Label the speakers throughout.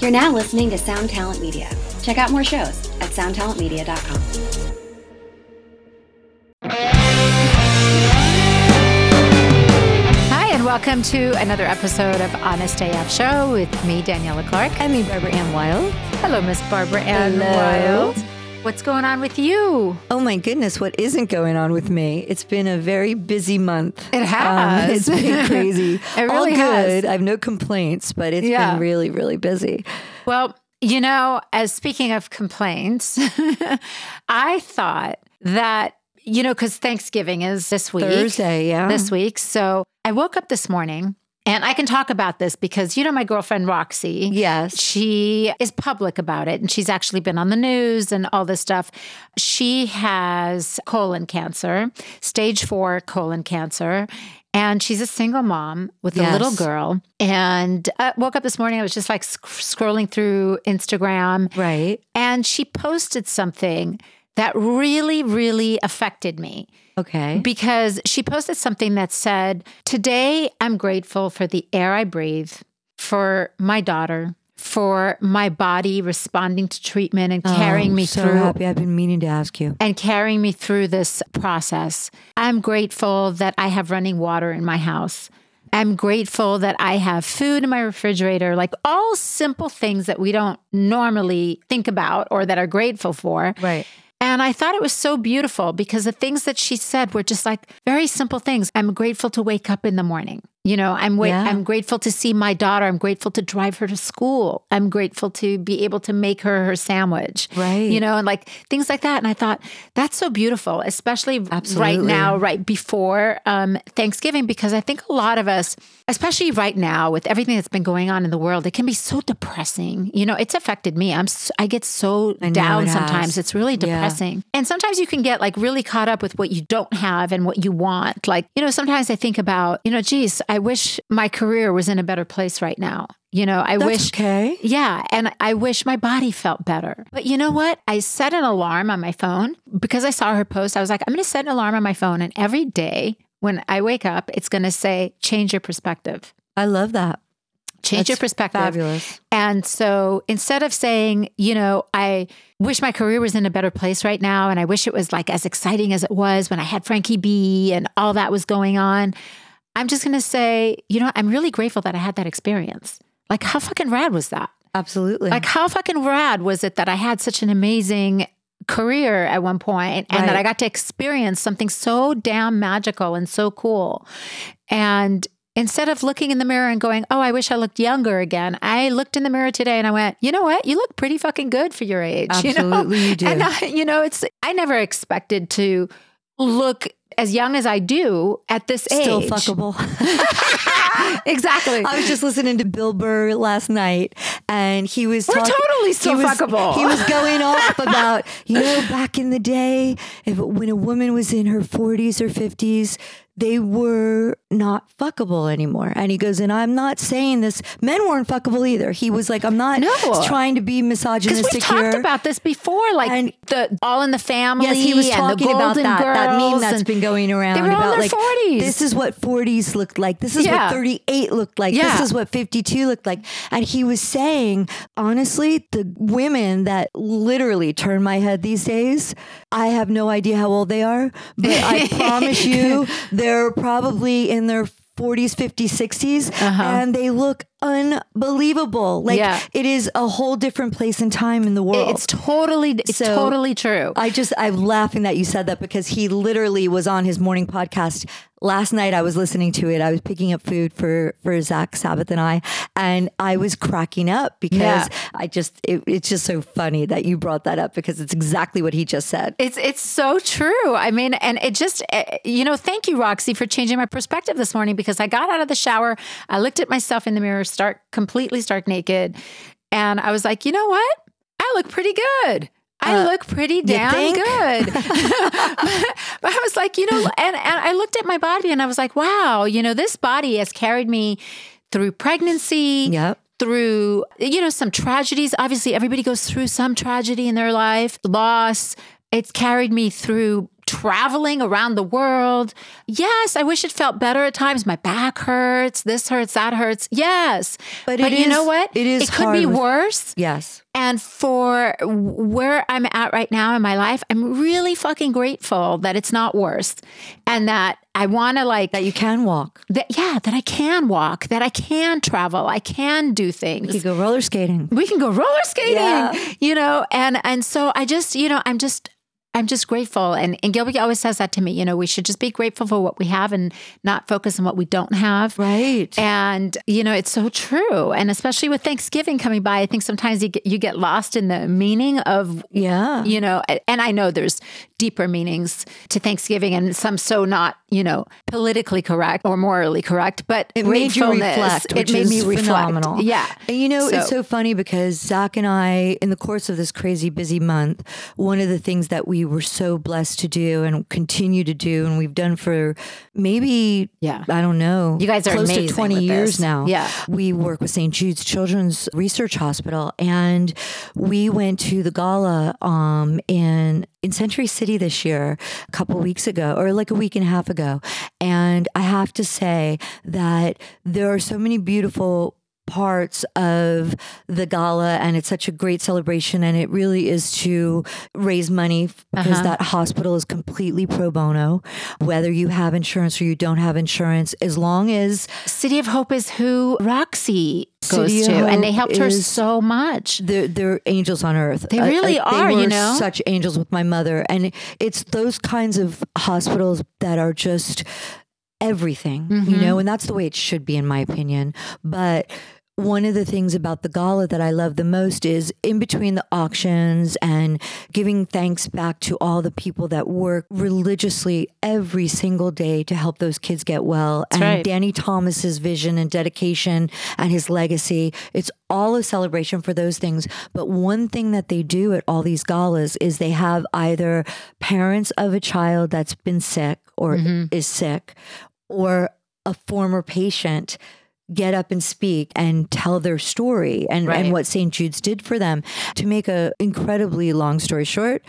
Speaker 1: You're now listening to Sound Talent Media. Check out more shows at soundtalentmedia.com.
Speaker 2: Hi, and welcome to another episode of Honest AF Show with me, Daniela Clark. I mean, Barbara Ann Wild. Hello, Miss Barbara Ann
Speaker 3: Hello.
Speaker 2: Wild. What's going on with you?
Speaker 3: Oh my goodness, what isn't going on with me? It's been a very busy month. Um,
Speaker 2: It has.
Speaker 3: it's been crazy.
Speaker 2: It
Speaker 3: All
Speaker 2: really has.
Speaker 3: good. I have no complaints, but it's
Speaker 2: Yeah.
Speaker 3: been really, really busy.
Speaker 2: Well, you know, as speaking of complaints, I thought that, you know, because Thanksgiving is this week.
Speaker 3: Thursday, yeah.
Speaker 2: this week. So I woke up this morning and I can talk about this because you know my girlfriend Roxy.
Speaker 3: Yes.
Speaker 2: She is public about it and she's actually been on the news and all this stuff. She has colon cancer, stage 4 colon cancer. And she's a single mom with a
Speaker 3: Yes.
Speaker 2: little girl. And I woke up this morning, I was just like sc- scrolling through Instagram.
Speaker 3: Right.
Speaker 2: And she posted something that really, really affected me
Speaker 3: Okay.
Speaker 2: because she posted something that said, Today I'm grateful for the air I breathe, for my daughter, for my body responding to treatment and carrying
Speaker 3: Oh,
Speaker 2: me
Speaker 3: so
Speaker 2: through.
Speaker 3: happy. I've been meaning to ask you.
Speaker 2: And carrying me through this process. I'm grateful that I have running water in my house. I'm grateful that I have food in my refrigerator, like all simple things that we don't normally think about or that are grateful for.
Speaker 3: Right.
Speaker 2: And I thought it was so beautiful because the things that she said were just like very simple things. I'm grateful to wake up in the morning. You know, I'm wa-
Speaker 3: Yeah.
Speaker 2: I'm grateful to see my daughter. I'm grateful to drive her to school. I'm grateful to be able to make her her sandwich.
Speaker 3: Right.
Speaker 2: You know, and like things like that. And I thought that's so beautiful, especially right
Speaker 3: Absolutely.
Speaker 2: now, right before um, Thanksgiving, because I think a lot of us, especially right now with everything that's been going on in the world, it can be so depressing. You know, it's affected me. I'm s I I get so
Speaker 3: I know
Speaker 2: down
Speaker 3: it has.
Speaker 2: sometimes. It's really
Speaker 3: Yeah.
Speaker 2: depressing. And sometimes you can get like really caught up with what you don't have and what you want. Like, you know, sometimes I think about, you know, geez, I wish my career was in a better place right now. You know, I
Speaker 3: That's
Speaker 2: wish.
Speaker 3: okay.
Speaker 2: Yeah. And I wish my body felt better. But you know what? I set an alarm on my phone because I saw her post. I was like, I'm going to set an alarm on my phone. And every day when I wake up, it's going to say, change your perspective.
Speaker 3: I love that.
Speaker 2: Change your
Speaker 3: That's
Speaker 2: perspective.
Speaker 3: Fabulous.
Speaker 2: And so instead of saying, you know, I wish my career was in a better place right now and I wish it was like as exciting as it was when I had Frankie B and all that was going on, I'm just going to say, you know, I'm really grateful that I had that experience. Like, how fucking rad was that?
Speaker 3: Absolutely.
Speaker 2: Like, how fucking rad was it that I had such an amazing career at one point and that
Speaker 3: Right.
Speaker 2: I got to experience something so damn magical and so cool? And instead of looking in the mirror and going, oh, I wish I looked younger again, I looked in the mirror today and I went, you know what? You look pretty fucking good for your age. You know?
Speaker 3: Absolutely, you do.
Speaker 2: And I, you know, it's, I never expected to look as young as I do at this
Speaker 3: Still
Speaker 2: age.
Speaker 3: fuckable.
Speaker 2: exactly.
Speaker 3: I was just listening to Bill Burr last night, and he was
Speaker 2: We're
Speaker 3: talking-
Speaker 2: totally so
Speaker 3: he was,
Speaker 2: fuckable.
Speaker 3: He was going off about you know back in the day, if, when a woman was in her forties or fifties, they were not fuckable anymore. And he goes, and I'm not saying this. Men weren't fuckable either. He was like, I'm not
Speaker 2: No.
Speaker 3: trying to be
Speaker 2: Because
Speaker 3: misogynistic
Speaker 2: we've talked
Speaker 3: here.
Speaker 2: about this before, like
Speaker 3: And-
Speaker 2: the All in the Family.
Speaker 3: Yes, he was
Speaker 2: and
Speaker 3: talking
Speaker 2: the
Speaker 3: about
Speaker 2: Golden
Speaker 3: that, that meme
Speaker 2: Girls
Speaker 3: that's
Speaker 2: and-
Speaker 3: been going around
Speaker 2: were all in
Speaker 3: about
Speaker 2: their
Speaker 3: like
Speaker 2: 40s.
Speaker 3: this is what 40s looked like. This is
Speaker 2: Yeah.
Speaker 3: what 38 looked like. This
Speaker 2: Yeah.
Speaker 3: is what 52 looked like. And he was saying, honestly, the women that literally turn my head these days, I have no idea how old they are, but I promise you they're probably in their 40s, 50s, 60s, and they look unbelievable. Like
Speaker 2: Uh-huh. Yeah.
Speaker 3: it is a whole different place and time in the world.
Speaker 2: It's totally, it's
Speaker 3: So-
Speaker 2: totally true.
Speaker 3: I just I'm laughing that you said that because he literally was on his morning podcast last night. I was listening to it. I was picking up food for for Zach Sabbath and I, and I was cracking up because
Speaker 2: Yeah.
Speaker 3: I just it, it's just so funny that you brought that up because it's exactly what he just said.
Speaker 2: It's it's so true. I mean, and it just eh, you know, thank you, Roxy, for changing my perspective this morning because I got out of the shower, I looked at myself in the mirror, stark, completely stark naked, and I was like, you know what? I look pretty good. I look pretty damn
Speaker 3: Uh, think?
Speaker 2: good. but I was like, you know, and, and I looked at my body and I was like, wow, you know, this body has carried me through pregnancy,
Speaker 3: Yep.
Speaker 2: through you know some tragedies obviously everybody goes through some tragedy in their life loss it's carried me through traveling around the world. Yes, I wish it felt better at times. My back hurts, this hurts, that hurts. Yes.
Speaker 3: But
Speaker 2: But,
Speaker 3: it
Speaker 2: you know
Speaker 3: is-
Speaker 2: what?
Speaker 3: it is
Speaker 2: It could
Speaker 3: hard
Speaker 2: be
Speaker 3: with-
Speaker 2: worse.
Speaker 3: Yes.
Speaker 2: And for where I'm at right now in my life, I'm really fucking grateful that it's not worse and that I want to like
Speaker 3: That you can walk.
Speaker 2: that yeah, that I can walk, that I can travel, I can do things
Speaker 3: You go roller skating.
Speaker 2: we can go roller skating
Speaker 3: Yeah.
Speaker 2: you know and and so i just you know i'm just i'm just grateful and and gilbert always says that to me you know we should just be grateful for what we have and not focus on what we don't have
Speaker 3: Right.
Speaker 2: and you know it's so true and especially with thanksgiving coming by i think sometimes you get, you get lost in the meaning of
Speaker 3: yeah.
Speaker 2: you know a- and i know there's deeper meanings to thanksgiving and some so not you know politically correct or morally correct but
Speaker 3: It made you
Speaker 2: gratefulness,
Speaker 3: reflect. Which
Speaker 2: it made
Speaker 3: is
Speaker 2: me reflect
Speaker 3: phenomenal.
Speaker 2: yeah
Speaker 3: And you know, it's
Speaker 2: So-
Speaker 3: so funny because Zach and I, in the course of this crazy busy month, one of the things that we were so blessed to do and continue to do, and we've done for maybe,
Speaker 2: Yeah.
Speaker 3: I don't know,
Speaker 2: You guys are
Speaker 3: close to
Speaker 2: amazing
Speaker 3: 20
Speaker 2: with
Speaker 3: years
Speaker 2: this.
Speaker 3: now.
Speaker 2: Yeah.
Speaker 3: We work with St. Jude's Children's Research Hospital, and we went to the gala um, in in Century City this year, a couple weeks ago, or like a week and a half ago. And I have to say that there are so many beautiful parts of the gala and it's such a great celebration and it really is to raise money f- because that hospital is completely pro bono whether you have insurance or you don't have insurance as long as
Speaker 2: City of Hope is who Roxy goes
Speaker 3: City
Speaker 2: to,
Speaker 3: of
Speaker 2: and they
Speaker 3: Hope
Speaker 2: helped her
Speaker 3: is-
Speaker 2: so much.
Speaker 3: they're, they're angels on earth.
Speaker 2: They really are,
Speaker 3: They
Speaker 2: you
Speaker 3: were
Speaker 2: know?
Speaker 3: such angels with my mother, and it's those kinds of hospitals that are just everything,
Speaker 2: Mm-hmm.
Speaker 3: you know. And that's the way it should be, in my opinion. But one of the things about the gala that I love the most is in between the auctions and giving thanks back to all the people that work religiously every single day to help those kids get well. and
Speaker 2: right.
Speaker 3: Danny Thomas's vision and dedication and his legacy. It's all a celebration for those things. But one thing that they do at all these galas is they have either parents of a child that's been sick or
Speaker 2: Mm-hmm.
Speaker 3: is sick or a former patient get up and speak and tell their story and,
Speaker 2: Right.
Speaker 3: and what St. Jude's did for them. To make a incredibly long story short,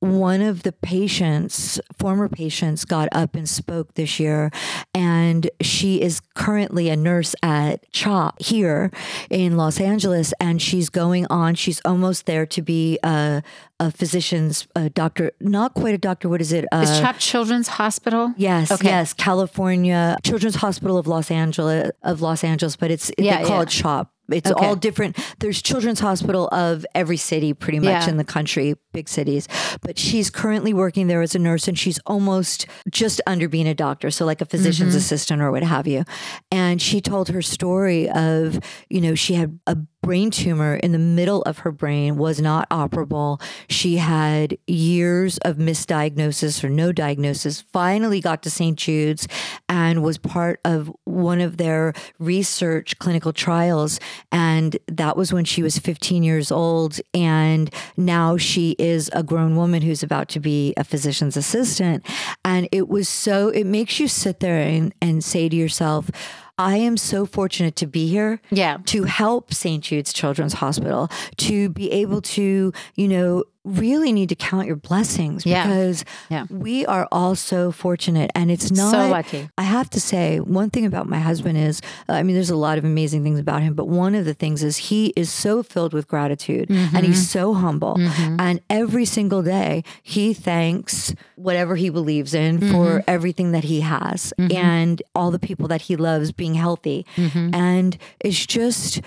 Speaker 3: one of the patients, former patients, got up and spoke this year, and she is currently a nurse at CHOP here in Los Angeles, and she's going on. She's almost there to be a, a physician's a doctor, not quite a doctor. What is it?
Speaker 2: It's
Speaker 3: Uh,
Speaker 2: Chop Children's Hospital.
Speaker 3: Yes,
Speaker 2: Okay.
Speaker 3: yes, California Children's Hospital of Los Angeles of Los Angeles, but it's
Speaker 2: Yeah,
Speaker 3: they call
Speaker 2: yeah.
Speaker 3: it CHOP. It's
Speaker 2: Okay.
Speaker 3: all different. There's Children's Hospital of every city, pretty much
Speaker 2: Yeah.
Speaker 3: in the country, big cities. But she's currently working there as a nurse, and she's almost just under being a doctor, so like a physician's
Speaker 2: Mm-hmm.
Speaker 3: assistant or what have you. And she told her story of, you know, she had a brain tumor in the middle of her brain, was not operable. She had years of misdiagnosis or no diagnosis, finally got to St. Jude's and was part of one of their research clinical trials. And that was when she was 15 years old. And now she is a grown woman who's about to be a physician's assistant. And it was so, it makes you sit there and, and say to yourself, I am so fortunate to be here
Speaker 2: Yeah.
Speaker 3: to help St. Jude's Children's Hospital to be able to, you know, really need to count your blessings
Speaker 2: Yeah.
Speaker 3: because
Speaker 2: Yeah.
Speaker 3: we are all so fortunate and it's not
Speaker 2: lucky.
Speaker 3: I have to say one thing about my husband is uh, I mean there's a lot of amazing things about him but one of the things is he is so filled with gratitude and he's so humble and every single day he thanks whatever he believes in for everything that he has and all the people that he loves being healthy and it's just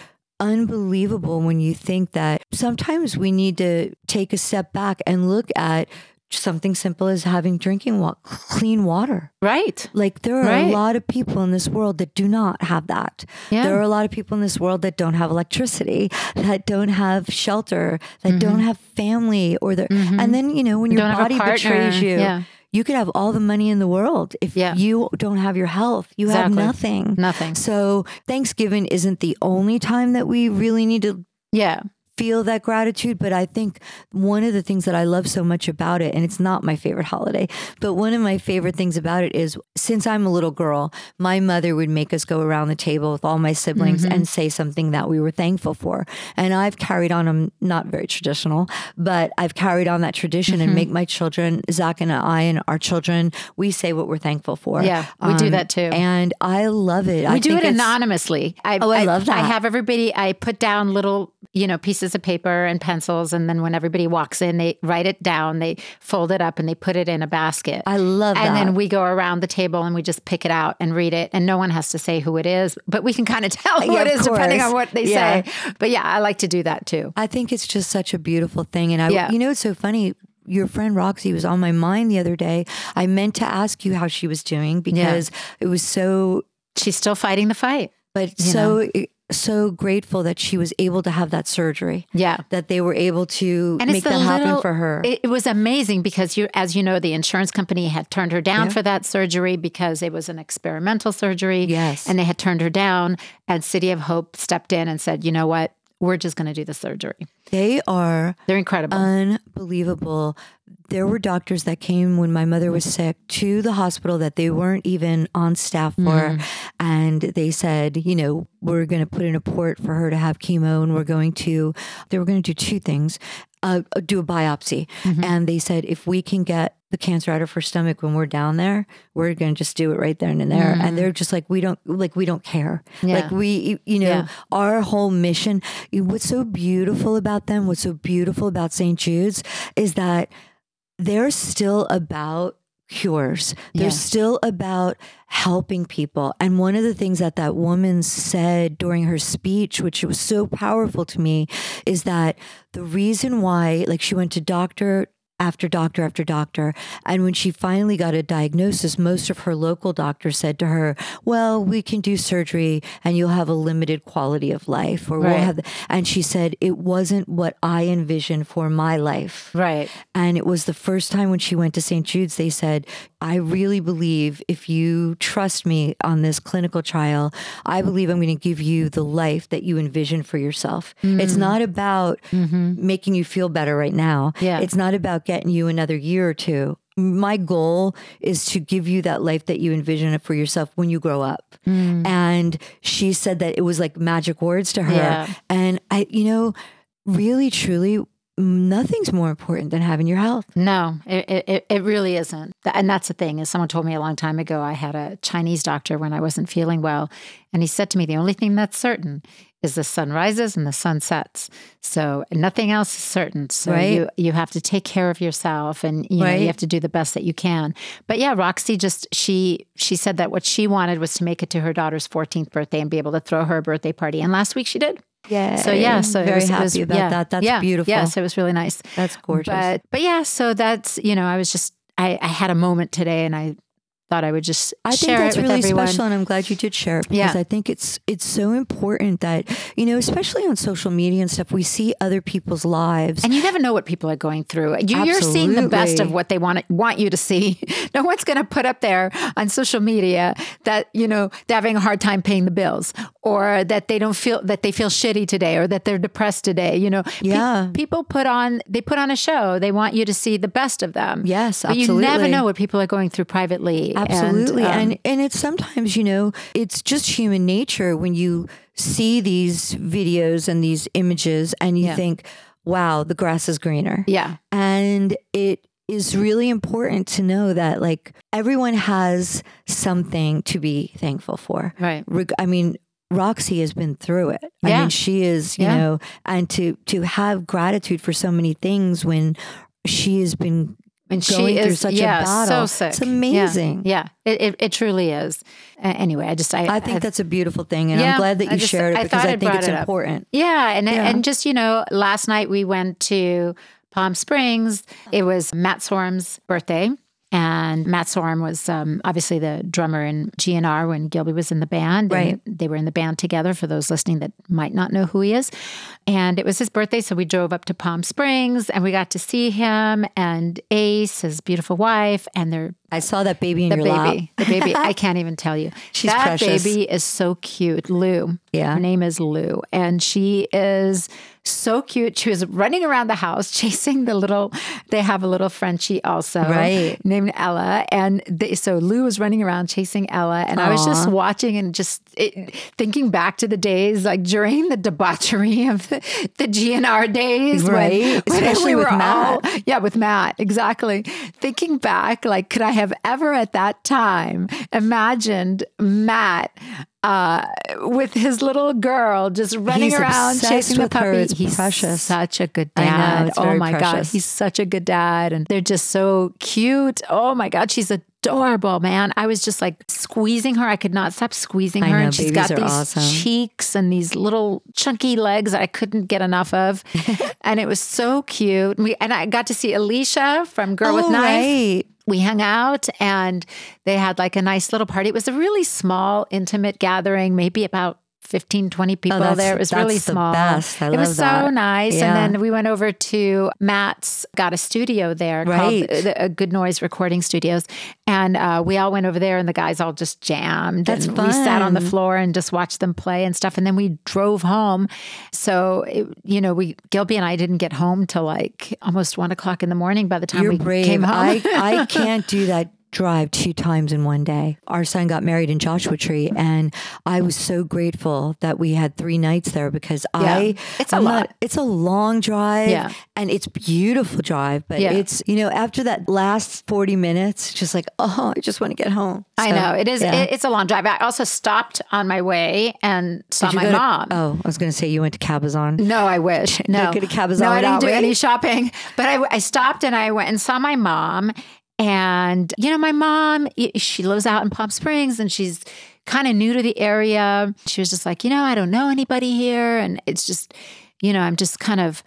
Speaker 3: unbelievable when you think that sometimes we need to take a step back and look at something simple as having drinking wa- clean water.
Speaker 2: Right.
Speaker 3: Like there are a
Speaker 2: Right.
Speaker 3: lot of people in this world that do not have that.
Speaker 2: Yeah.
Speaker 3: There are a lot of people in this world that don't have electricity, that don't have shelter, that don't have family or their and then you know when
Speaker 2: Mm-hmm.
Speaker 3: your
Speaker 2: Don't have a
Speaker 3: body betrays
Speaker 2: partner.
Speaker 3: you.
Speaker 2: Yeah.
Speaker 3: You could have all the money in the world if
Speaker 2: Yeah.
Speaker 3: you don't have your health. You
Speaker 2: Exactly.
Speaker 3: have nothing.
Speaker 2: Nothing.
Speaker 3: So Thanksgiving isn't the only time that we really need to
Speaker 2: Yeah.
Speaker 3: feel that gratitude. But I think one of the things that I love so much about it, and it's not my favorite holiday, but one of my favorite things about it is since I'm a little girl, my mother would make us go around the table with all my siblings
Speaker 2: Mm-hmm.
Speaker 3: and say something that we were thankful for. And I've carried on, I'm not very traditional, but I've carried on that tradition
Speaker 2: Mm-hmm.
Speaker 3: and make my children, Zach and I, and our children, we say what we're thankful for. Um,
Speaker 2: Yeah, we do that too.
Speaker 3: And I love it.
Speaker 2: We do it anonymously. I,
Speaker 3: Oh, I love that.
Speaker 2: I have everybody. I put down little, you know, pieces of paper and pencils, and then when everybody walks in, they write it down, they fold it up, and they put it in a basket.
Speaker 3: I love
Speaker 2: And
Speaker 3: that.
Speaker 2: then we go around the table and we just pick it out and read it, and no one has to say who it is, but we can kind of tell who
Speaker 3: Yeah,
Speaker 2: it
Speaker 3: of
Speaker 2: is depending
Speaker 3: course.
Speaker 2: on what they
Speaker 3: Yeah.
Speaker 2: say. But yeah, I like to do that too.
Speaker 3: I think it's just such a beautiful thing. And I,
Speaker 2: Yeah.
Speaker 3: you know, it's so funny. Your friend Roxy was on my mind the other day. I meant to ask you how she was doing because it was so,
Speaker 2: She's still fighting the fight.
Speaker 3: but
Speaker 2: You
Speaker 3: so, eh, so grateful that she was able to have that surgery.
Speaker 2: Yeah.
Speaker 3: That they were able to
Speaker 2: And it's
Speaker 3: make that
Speaker 2: the
Speaker 3: happen
Speaker 2: little-
Speaker 3: for her.
Speaker 2: It, it was amazing because you, as you know, the insurance company had turned her down
Speaker 3: Yeah.
Speaker 2: for that surgery because it was an experimental surgery.
Speaker 3: Yes.
Speaker 2: and they had turned her down. And City of Hope stepped in and said, "You know what? We're just going to do the surgery."
Speaker 3: they are
Speaker 2: They're incredible.
Speaker 3: Uh, unbelievable. There were doctors that came when my mother was sick to the hospital that they weren't even on staff for. And they said, you know, we're going to put in a port for her to have chemo and we're going to, they were going to do two things uh, do a biopsy. And they said, if we can get the cancer out of her stomach when we're down there, we're going to just do it right then and there. And they're just like, we don't, like, we don't care. Like, we, you know,
Speaker 2: Yeah.
Speaker 3: our whole mission. What's so beautiful about them, what's so beautiful about St. Jude's is that they're still about cures. They're
Speaker 2: Yeah.
Speaker 3: still about helping people. And one of the things that that woman said during her speech, which was so powerful to me, is that the reason why, like, she went to doctor after doctor after doctor. And when she finally got a diagnosis, most of her local doctors said to her, Well, we can do surgery and you'll have a limited quality of life. Or we'll
Speaker 2: Right.
Speaker 3: have, and she said, It wasn't what I envisioned for my life.
Speaker 2: right.
Speaker 3: And it was the first time when she went to St. Jude's, they said, I really believe if you trust me on this clinical trial, I believe I'm going to give you the life that you envision for yourself. It's not about making you feel better right now,
Speaker 2: Yeah.
Speaker 3: it's not about getting you another year or two. My goal is to give you that life that you envision for yourself when you grow up. And she said that it was like magic words to her.
Speaker 2: Yeah.
Speaker 3: And I, you know, really, truly, nothing's more important than having your health.
Speaker 2: No, it, it- it, it really isn't. Th- And that's the thing is someone told me a long time ago, I had a Chinese doctor when I wasn't feeling well. And he said to me, the only thing that's certain is the sun rises and the sun sets. So nothing else is certain. So
Speaker 3: Right.
Speaker 2: you, you have to take care of yourself and you know,
Speaker 3: Right.
Speaker 2: you have to do the best that you can. But yeah, Roxy just, she, she said that what she wanted was to make it to her daughter's 14th birthday and be able to throw her a birthday party. And last week she did.
Speaker 3: Yeah.
Speaker 2: So yeah, so it
Speaker 3: very
Speaker 2: was- it
Speaker 3: happy
Speaker 2: was-
Speaker 3: about
Speaker 2: yeah,
Speaker 3: that. That's
Speaker 2: yeah,
Speaker 3: beautiful.
Speaker 2: Yes, it was really nice.
Speaker 3: That's gorgeous.
Speaker 2: But but yeah, so that's you know, I was just I, I had a moment today, and I thought I would just
Speaker 3: I think
Speaker 2: share
Speaker 3: that's
Speaker 2: it with
Speaker 3: really
Speaker 2: everyone.
Speaker 3: special, and I'm glad you did share it because
Speaker 2: Yeah.
Speaker 3: I think it's it's so important that you know, especially on social media and stuff, we see other people's lives.
Speaker 2: And you never know what people are going through. You, you're seeing the best
Speaker 3: Absolutely.
Speaker 2: of what they want want you to see. no one's going to put up there on social media that you know they're having a hard time paying the bills, or that they don't feel that they feel shitty today, or that they're depressed today. You know, Pe-
Speaker 3: Yeah.
Speaker 2: people put on they put on a show. They want you to see the best of them.
Speaker 3: Yes,
Speaker 2: but you never
Speaker 3: absolutely.
Speaker 2: know what people are going through privately. And,
Speaker 3: Absolutely.
Speaker 2: um,
Speaker 3: And, and it's sometimes, you know, it's just human nature when you see these videos and these images and you
Speaker 2: Yeah.
Speaker 3: think, wow, the grass is greener.
Speaker 2: yeah,
Speaker 3: And it is really important to know that, like, everyone has something to be thankful for.
Speaker 2: Right.
Speaker 3: Reg- I mean, Roxy has been through it. I
Speaker 2: Yeah.
Speaker 3: mean, she is, you
Speaker 2: Yeah.
Speaker 3: know, and to to have gratitude for so many things when she has been
Speaker 2: and
Speaker 3: going
Speaker 2: she
Speaker 3: through
Speaker 2: is
Speaker 3: such
Speaker 2: yeah,
Speaker 3: a battle.
Speaker 2: so sick.
Speaker 3: It's
Speaker 2: Yeah.
Speaker 3: amazing.
Speaker 2: Yeah, It, it it truly is. Uh, anyway, I just I,
Speaker 3: I think that's a beautiful thing, and I'm
Speaker 2: Yeah,
Speaker 3: glad that you
Speaker 2: I just-
Speaker 3: shared it
Speaker 2: I
Speaker 3: because
Speaker 2: thought
Speaker 3: I,
Speaker 2: I
Speaker 3: think
Speaker 2: brought
Speaker 3: it's
Speaker 2: it up.
Speaker 3: important.
Speaker 2: yeah, and
Speaker 3: Yeah.
Speaker 2: and just you know, last night we went to Palm Springs. It was Matt Sorm's birthday. And Matt Sorm was um, obviously the drummer in GNR when Gilby was in the band. and
Speaker 3: Right.
Speaker 2: They were in the band together, for those listening that might not know who he is. And it was his birthday. So we drove up to Palm Springs and we got to see him and Ace, his beautiful wife, and their
Speaker 3: I saw that baby in
Speaker 2: the
Speaker 3: your lap.
Speaker 2: baby. The baby. I can't even tell you.
Speaker 3: She's
Speaker 2: that
Speaker 3: precious.
Speaker 2: baby is so cute. Lou.
Speaker 3: Yeah.
Speaker 2: Her name is Lou. And she is so cute. She was running around the house chasing the little, they have a little Frenchie also.
Speaker 3: Right.
Speaker 2: Named Ella. And they, so Lou was running around chasing Ella. And I was just watching and just it, thinking back to the days, like during the debauchery of the, the GNR days. when-
Speaker 3: Right.
Speaker 2: when we
Speaker 3: Especially with
Speaker 2: were all-
Speaker 3: Matt.
Speaker 2: yeah, with Matt, exactly. Thinking back, like, could I have ever at that time imagined Matt uh, with his little girl just running
Speaker 3: He's
Speaker 2: around
Speaker 3: obsessed
Speaker 2: chasing the
Speaker 3: with her.
Speaker 2: puppy?
Speaker 3: It's
Speaker 2: he's
Speaker 3: precious.
Speaker 2: such a good
Speaker 3: I know,
Speaker 2: dad.
Speaker 3: it's
Speaker 2: oh
Speaker 3: very
Speaker 2: my god,
Speaker 3: precious.
Speaker 2: he's such a good dad, and they're just so cute. Oh my god, she's adorable, man. I was just like squeezing her. I could not stop squeezing
Speaker 3: I
Speaker 2: her,
Speaker 3: know,
Speaker 2: and she's
Speaker 3: babies
Speaker 2: got
Speaker 3: are
Speaker 2: these
Speaker 3: awesome.
Speaker 2: cheeks and these little chunky legs that I couldn't get enough of, and it was so cute. And we and I got to see Alicia from Girl with
Speaker 3: Oh,
Speaker 2: Knife
Speaker 3: right.
Speaker 2: we hung out and they had like a nice little party. It was a really small, intimate gathering, maybe about 15, 20 people
Speaker 3: Oh, that's-
Speaker 2: there. It was
Speaker 3: that's
Speaker 2: really
Speaker 3: the
Speaker 2: small.
Speaker 3: best. I
Speaker 2: it was
Speaker 3: love
Speaker 2: so
Speaker 3: that.
Speaker 2: nice.
Speaker 3: Yeah.
Speaker 2: And then we went over to Matt's got a studio there
Speaker 3: Right.
Speaker 2: called uh, the, uh, Good Noise Recording Studios. And uh, we all went over there and the guys all just jammed.
Speaker 3: That's
Speaker 2: and we sat on the
Speaker 3: fun.
Speaker 2: floor and just watched them play and stuff. And then we drove home. So, it, you know, we, Gilby and I didn't get home till like almost one o'clock in the morning by the time
Speaker 3: You're
Speaker 2: we
Speaker 3: brave.
Speaker 2: came home.
Speaker 3: I, I can't do that drive two times in one day. Our son got married in Joshua Tree, and I was so grateful that we had three nights there because I
Speaker 2: It's a
Speaker 3: I'm
Speaker 2: lot.
Speaker 3: it's a long drive,
Speaker 2: Yeah.
Speaker 3: and it's beautiful drive, but
Speaker 2: Yeah.
Speaker 3: it's you know after that last forty minutes, just like oh, I just want to get home.
Speaker 2: I
Speaker 3: So,
Speaker 2: know it is.
Speaker 3: yeah.
Speaker 2: It, it's a long drive. I also stopped on my way and saw
Speaker 3: Did you
Speaker 2: my
Speaker 3: go to-
Speaker 2: mom.
Speaker 3: oh, I was going to say you went to Cabazon.
Speaker 2: No, I wish. No,
Speaker 3: go to Cabazon
Speaker 2: no, I didn't
Speaker 3: without
Speaker 2: do
Speaker 3: me.
Speaker 2: any shopping. But I, I stopped and I went and saw my mom. And you know, my mom, y- she lives out in Palm Springs, and she's kind of new to the area. She was just like, you know, I don't know anybody here, and it's just, you know, I'm just kind of.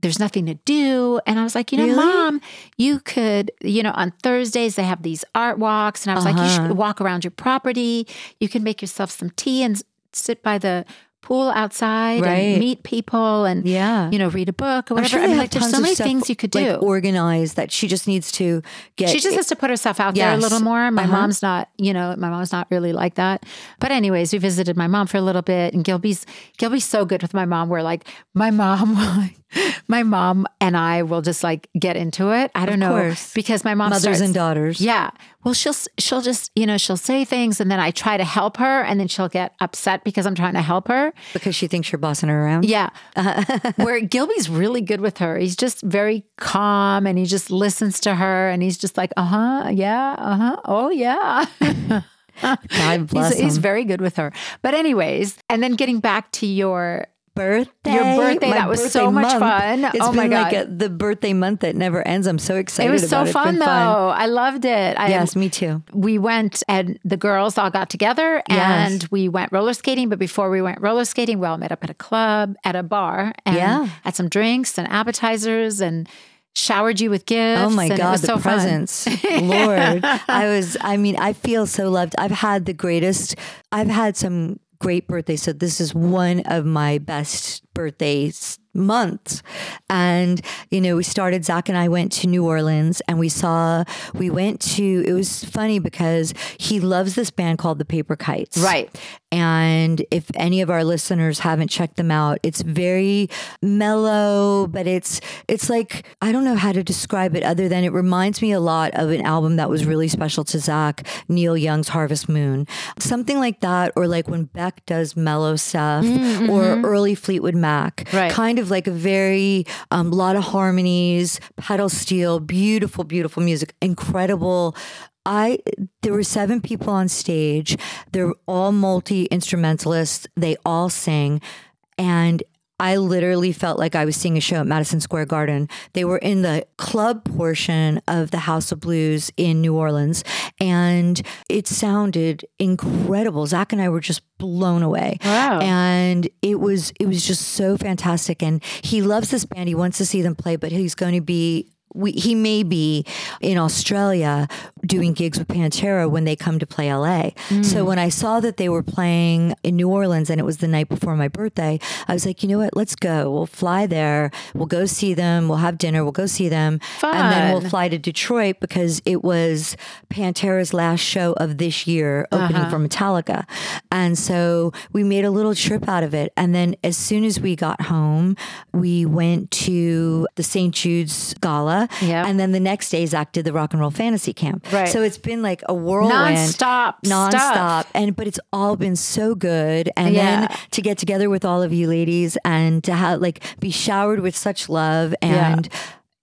Speaker 2: There's nothing to do. And I was like, you know,
Speaker 3: Really?
Speaker 2: mom, you could, you know, on Thursdays they have these art walks. And I was like, you
Speaker 3: Uh-huh.
Speaker 2: should walk around your property. You can make yourself some tea and s- sit by the pool outside
Speaker 3: Right.
Speaker 2: and meet people and
Speaker 3: Yeah.
Speaker 2: you know, read a book or
Speaker 3: I'm
Speaker 2: whatever.
Speaker 3: sure
Speaker 2: I
Speaker 3: they
Speaker 2: mean,
Speaker 3: have
Speaker 2: like, there's
Speaker 3: tons
Speaker 2: so
Speaker 3: of
Speaker 2: many
Speaker 3: stuff,
Speaker 2: things you could
Speaker 3: like,
Speaker 2: do.
Speaker 3: organized that she just needs to get.
Speaker 2: she just has to put herself out there a
Speaker 3: Yes.
Speaker 2: little more. My
Speaker 3: Uh-huh.
Speaker 2: mom's not, you know, my mom's not really like that. But anyways, we visited my mom for a little bit, and Gilby's Gilby's so good with my mom. We're like, my mom, will, like, my mom and I will just like get into it. I don't know
Speaker 3: course.
Speaker 2: because my mom
Speaker 3: mothers
Speaker 2: starts,
Speaker 3: and daughters.
Speaker 2: yeah. Well, she'll she'll just you know she'll say things, and then I try to help her, and then she'll get upset because I'm trying to help her.
Speaker 3: because she thinks you're bossing her around.
Speaker 2: Yeah.
Speaker 3: Uh-huh.
Speaker 2: Where Gilby's really good with her. He's just very calm and he just listens to her and he's just like, uh huh, yeah, uh huh, oh yeah.
Speaker 3: God bless
Speaker 2: he's, he's
Speaker 3: him.
Speaker 2: very good with her. But, anyways, and then getting back to your.
Speaker 3: birthday.
Speaker 2: birthday, that was so much fun.
Speaker 3: It's
Speaker 2: Oh
Speaker 3: been
Speaker 2: my
Speaker 3: like
Speaker 2: God.
Speaker 3: a, the birthday month that never ends. I'm so excited.
Speaker 2: It was so
Speaker 3: about It's
Speaker 2: fun
Speaker 3: been
Speaker 2: though. I loved it. I,
Speaker 3: Yes, me too.
Speaker 2: we went and the girls all got together
Speaker 3: Yes.
Speaker 2: and we went roller skating. But before we went roller skating, we all met up at a club, at a bar, and
Speaker 3: Yeah.
Speaker 2: had some drinks and appetizers and showered you with gifts.
Speaker 3: Oh my
Speaker 2: and it
Speaker 3: God,
Speaker 2: was
Speaker 3: the
Speaker 2: so fun.
Speaker 3: presents. Lord. I was, I mean, I feel so loved. I've had the greatest, I've had some great birthdays. So this is one of my best birthdays months. And, you know, we started, Zach and I went to New Orleans and we saw, we went to, it was funny because he loves this band called the Paper Kites.
Speaker 2: Right.
Speaker 3: And if any of our listeners haven't checked them out, it's very mellow, but it's it's like I don't know how to describe it other than it reminds me a lot of an album that was really special to Zach, Neil Young's Harvest Moon. Something like that, or like when Beck does mellow stuff, or early Fleetwood Mac.
Speaker 2: Right.
Speaker 3: Kind of like a very um lot of harmonies, pedal steel, beautiful, beautiful music, incredible I there were seven people on stage. They're all multi instrumentalists. They all sing, and I literally felt like I was seeing a show at Madison Square Garden. They were in the club portion of the House of Blues in New Orleans, and it sounded incredible. Zach and I were just blown away
Speaker 2: Wow.
Speaker 3: and it was it was just so fantastic and he loves this band he wants to see them play but he's going to be we, he may be in Australia doing gigs with Pantera when they come to play LA. So when I saw that they were playing in New Orleans and it was the night before my birthday, I was like, you know what? Let's go. We'll fly there. We'll go see them. We'll have dinner. We'll go see them. And then we'll
Speaker 2: Fun.
Speaker 3: fly to Detroit because it was Pantera's last show of this year opening
Speaker 2: Uh-huh.
Speaker 3: for Metallica. And so we made a little trip out of it. And then as soon as we got home, we went to the St. Jude's Gala.
Speaker 2: Yep.
Speaker 3: And then the next day, Zach did the Rock and Roll Fantasy Camp.
Speaker 2: Right.
Speaker 3: So it's been like a whirlwind.
Speaker 2: Nonstop
Speaker 3: Nonstop.
Speaker 2: stuff.
Speaker 3: And but it's all been so good. And
Speaker 2: Yeah.
Speaker 3: then to get together with all of you ladies and to have like be showered with such love
Speaker 2: Yeah.
Speaker 3: and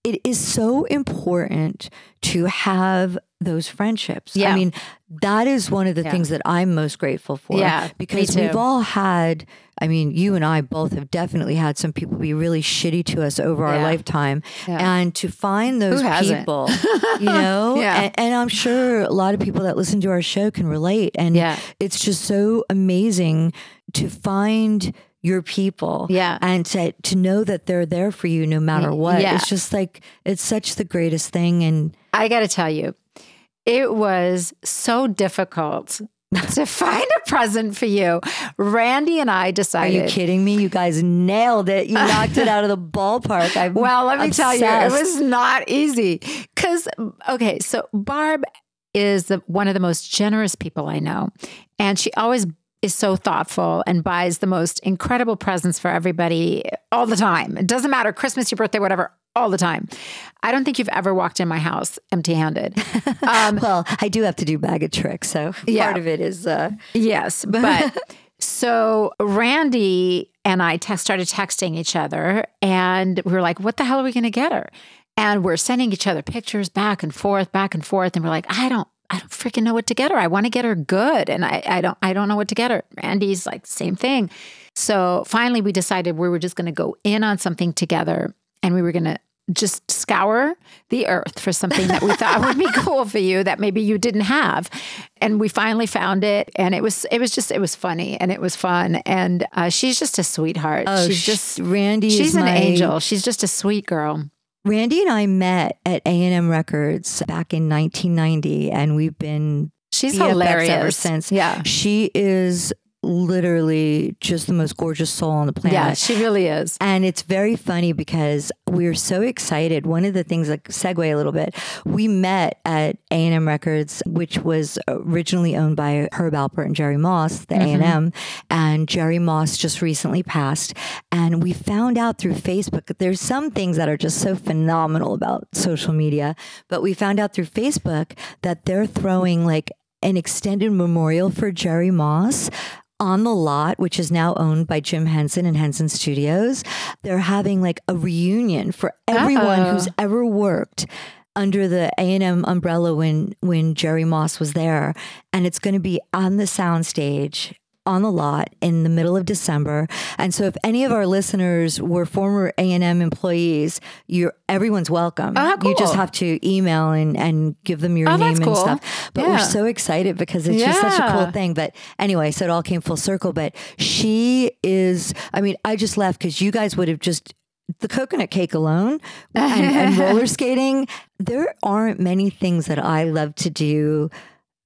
Speaker 3: it is so important to have those friendships.
Speaker 2: Yeah.
Speaker 3: I mean, that is one of the
Speaker 2: Yeah.
Speaker 3: things that I'm most grateful for.
Speaker 2: Yeah, me
Speaker 3: Because
Speaker 2: too.
Speaker 3: we've all had, I mean, you and I both have definitely had some people be really shitty to us over our
Speaker 2: Yeah.
Speaker 3: lifetime.
Speaker 2: Yeah.
Speaker 3: And to find those
Speaker 2: hasn't?
Speaker 3: people, you know,
Speaker 2: Yeah.
Speaker 3: and, and I'm sure a lot of people that listen to our show can relate. And
Speaker 2: Yeah.
Speaker 3: it's just so amazing to find your people
Speaker 2: Yeah.
Speaker 3: and to, to know that they're there for you no matter what.
Speaker 2: yeah.
Speaker 3: It's just like, it's such the greatest thing. And
Speaker 2: I got to tell you, it was so difficult to find a present for you. Randy and I
Speaker 3: Are
Speaker 2: decided.
Speaker 3: you kidding me? You guys nailed it. You knocked it out of the ballpark. I'm
Speaker 2: Well, let me tell you, it
Speaker 3: obsessed.
Speaker 2: was not easy. Because, okay, so Barb is the, one of the most generous people I know. And she always is so thoughtful and buys the most incredible presents for everybody all the time. It doesn't matter, Christmas, your birthday, whatever, all the time. I don't think you've ever walked in my house empty handed. Um,
Speaker 3: Well, I do have to do bag of tricks, so
Speaker 2: Yeah.
Speaker 3: part of it is uh,
Speaker 2: Yes, but so Randy and I text, started texting each other, and we were like, "What the hell are we going to get her?" And we're sending each other pictures back and forth, back and forth, and we're like, "I don't." I don't freaking know what to get her. I want to get her good, and I, I don't I don't know what to get her. Randy's like same thing. So finally, we decided we were just going to go in on something together, and we were going to just scour the earth for something that we thought would be cool for you that maybe you didn't have and we finally found it and it was it was just it was funny and it was fun and uh, she's just a sweetheart she's
Speaker 3: Oh, sh-
Speaker 2: just
Speaker 3: Randy. is
Speaker 2: Oh, she's an
Speaker 3: my-
Speaker 2: angel she's just a sweet girl
Speaker 3: Randy and I met at A and M Records back in 1990, and we've been
Speaker 2: she's
Speaker 3: BFFs
Speaker 2: hilarious
Speaker 3: ever since.
Speaker 2: yeah
Speaker 3: She is literally just the most gorgeous soul on the planet.
Speaker 2: yeah she really is
Speaker 3: And it's very funny because we were so excited. One of the things, like segue a little bit, we met at A&M Records, which was originally owned by Herb Alpert and Jerry Moss, the A&M. And Jerry Moss just recently passed. And we found out through Facebook, that there's some things that are just so phenomenal about social media. But we found out through Facebook that they're throwing like an extended memorial for Jerry Moss on the lot, which is now owned by Jim Henson and Henson Studios. They're having like a reunion for everyone
Speaker 2: Uh-oh.
Speaker 3: who's ever worked under the A&M umbrella when when Jerry Moss was there and it's going to be on the soundstage on the lot in the middle of December. And so if any of our listeners were former A&M employees, you're everyone's welcome.
Speaker 2: Oh, how
Speaker 3: You just
Speaker 2: cool.
Speaker 3: have to email and and give them your
Speaker 2: Oh,
Speaker 3: name
Speaker 2: that's
Speaker 3: and
Speaker 2: cool.
Speaker 3: stuff. But
Speaker 2: Yeah.
Speaker 3: we're so excited because it's just such a
Speaker 2: Yeah.
Speaker 3: cool thing. But anyway, so it all came full circle. But she is, I mean, I just laughed because you guys would have just. The coconut cake alone and, and roller skating, there aren't many things that I love to do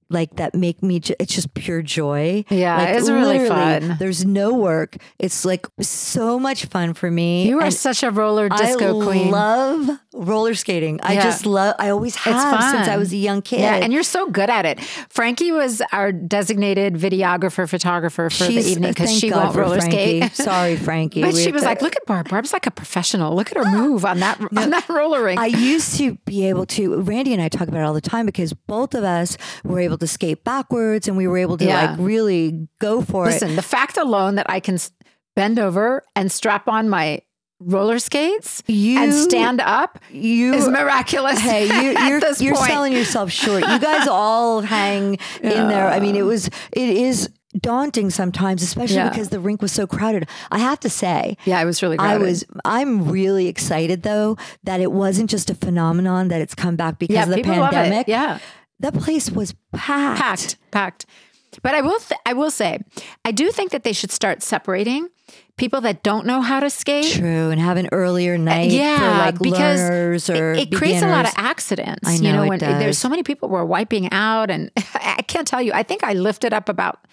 Speaker 3: like that make me, ju- it's just pure joy.
Speaker 2: Yeah,
Speaker 3: like,
Speaker 2: it's really
Speaker 3: literally,
Speaker 2: fun.
Speaker 3: There's no work. It's like so much fun for me.
Speaker 2: you are
Speaker 3: and
Speaker 2: such a roller disco
Speaker 3: I
Speaker 2: queen
Speaker 3: love roller skating. I
Speaker 2: Yeah.
Speaker 3: just love, I always have since
Speaker 2: fun.
Speaker 3: I was a young kid.
Speaker 2: yeah, and you're so good at it. Frankie was our designated videographer, photographer for the evening because
Speaker 3: thank
Speaker 2: she
Speaker 3: God
Speaker 2: won't
Speaker 3: for
Speaker 2: roller
Speaker 3: Frankie.
Speaker 2: skate.
Speaker 3: Sorry, Frankie.
Speaker 2: But
Speaker 3: We-
Speaker 2: she was like, "Look at Barb. Barb's like a professional. Look at her move on that on that roller rink."
Speaker 3: I used to be able to. Randy and I talk about it all the time because both of us were able to skate backwards and we were able to
Speaker 2: Yeah.
Speaker 3: like really go for it.
Speaker 2: Listen, the fact alone that I can s- bend over and strap on my roller skates
Speaker 3: You
Speaker 2: and stand up
Speaker 3: You
Speaker 2: is miraculous.
Speaker 3: Hey, you,
Speaker 2: at
Speaker 3: you're
Speaker 2: this
Speaker 3: you're
Speaker 2: point.
Speaker 3: selling yourself short. You guys all hang in there. I mean, it was it is daunting sometimes, especially
Speaker 2: Yeah.
Speaker 3: because the rink was so crowded. I have to say,
Speaker 2: Yeah, I was really.
Speaker 3: I
Speaker 2: crowded.
Speaker 3: was. I'm really excited though that it wasn't just a phenomenon that it's come back because
Speaker 2: Yeah,
Speaker 3: of the
Speaker 2: people love it.
Speaker 3: pandemic.
Speaker 2: Yeah,
Speaker 3: that place was packed.
Speaker 2: packed, packed. But I will th- I will say I do think that they should start separating people that don't know how to skate.
Speaker 3: True, and have an earlier night for like learners or
Speaker 2: Uh, it, it creates a lot of
Speaker 3: beginners.
Speaker 2: accidents.
Speaker 3: I
Speaker 2: you
Speaker 3: know
Speaker 2: know,
Speaker 3: it
Speaker 2: when there's
Speaker 3: does.
Speaker 2: so many people were wiping out, and I can't tell you. I think I lifted up about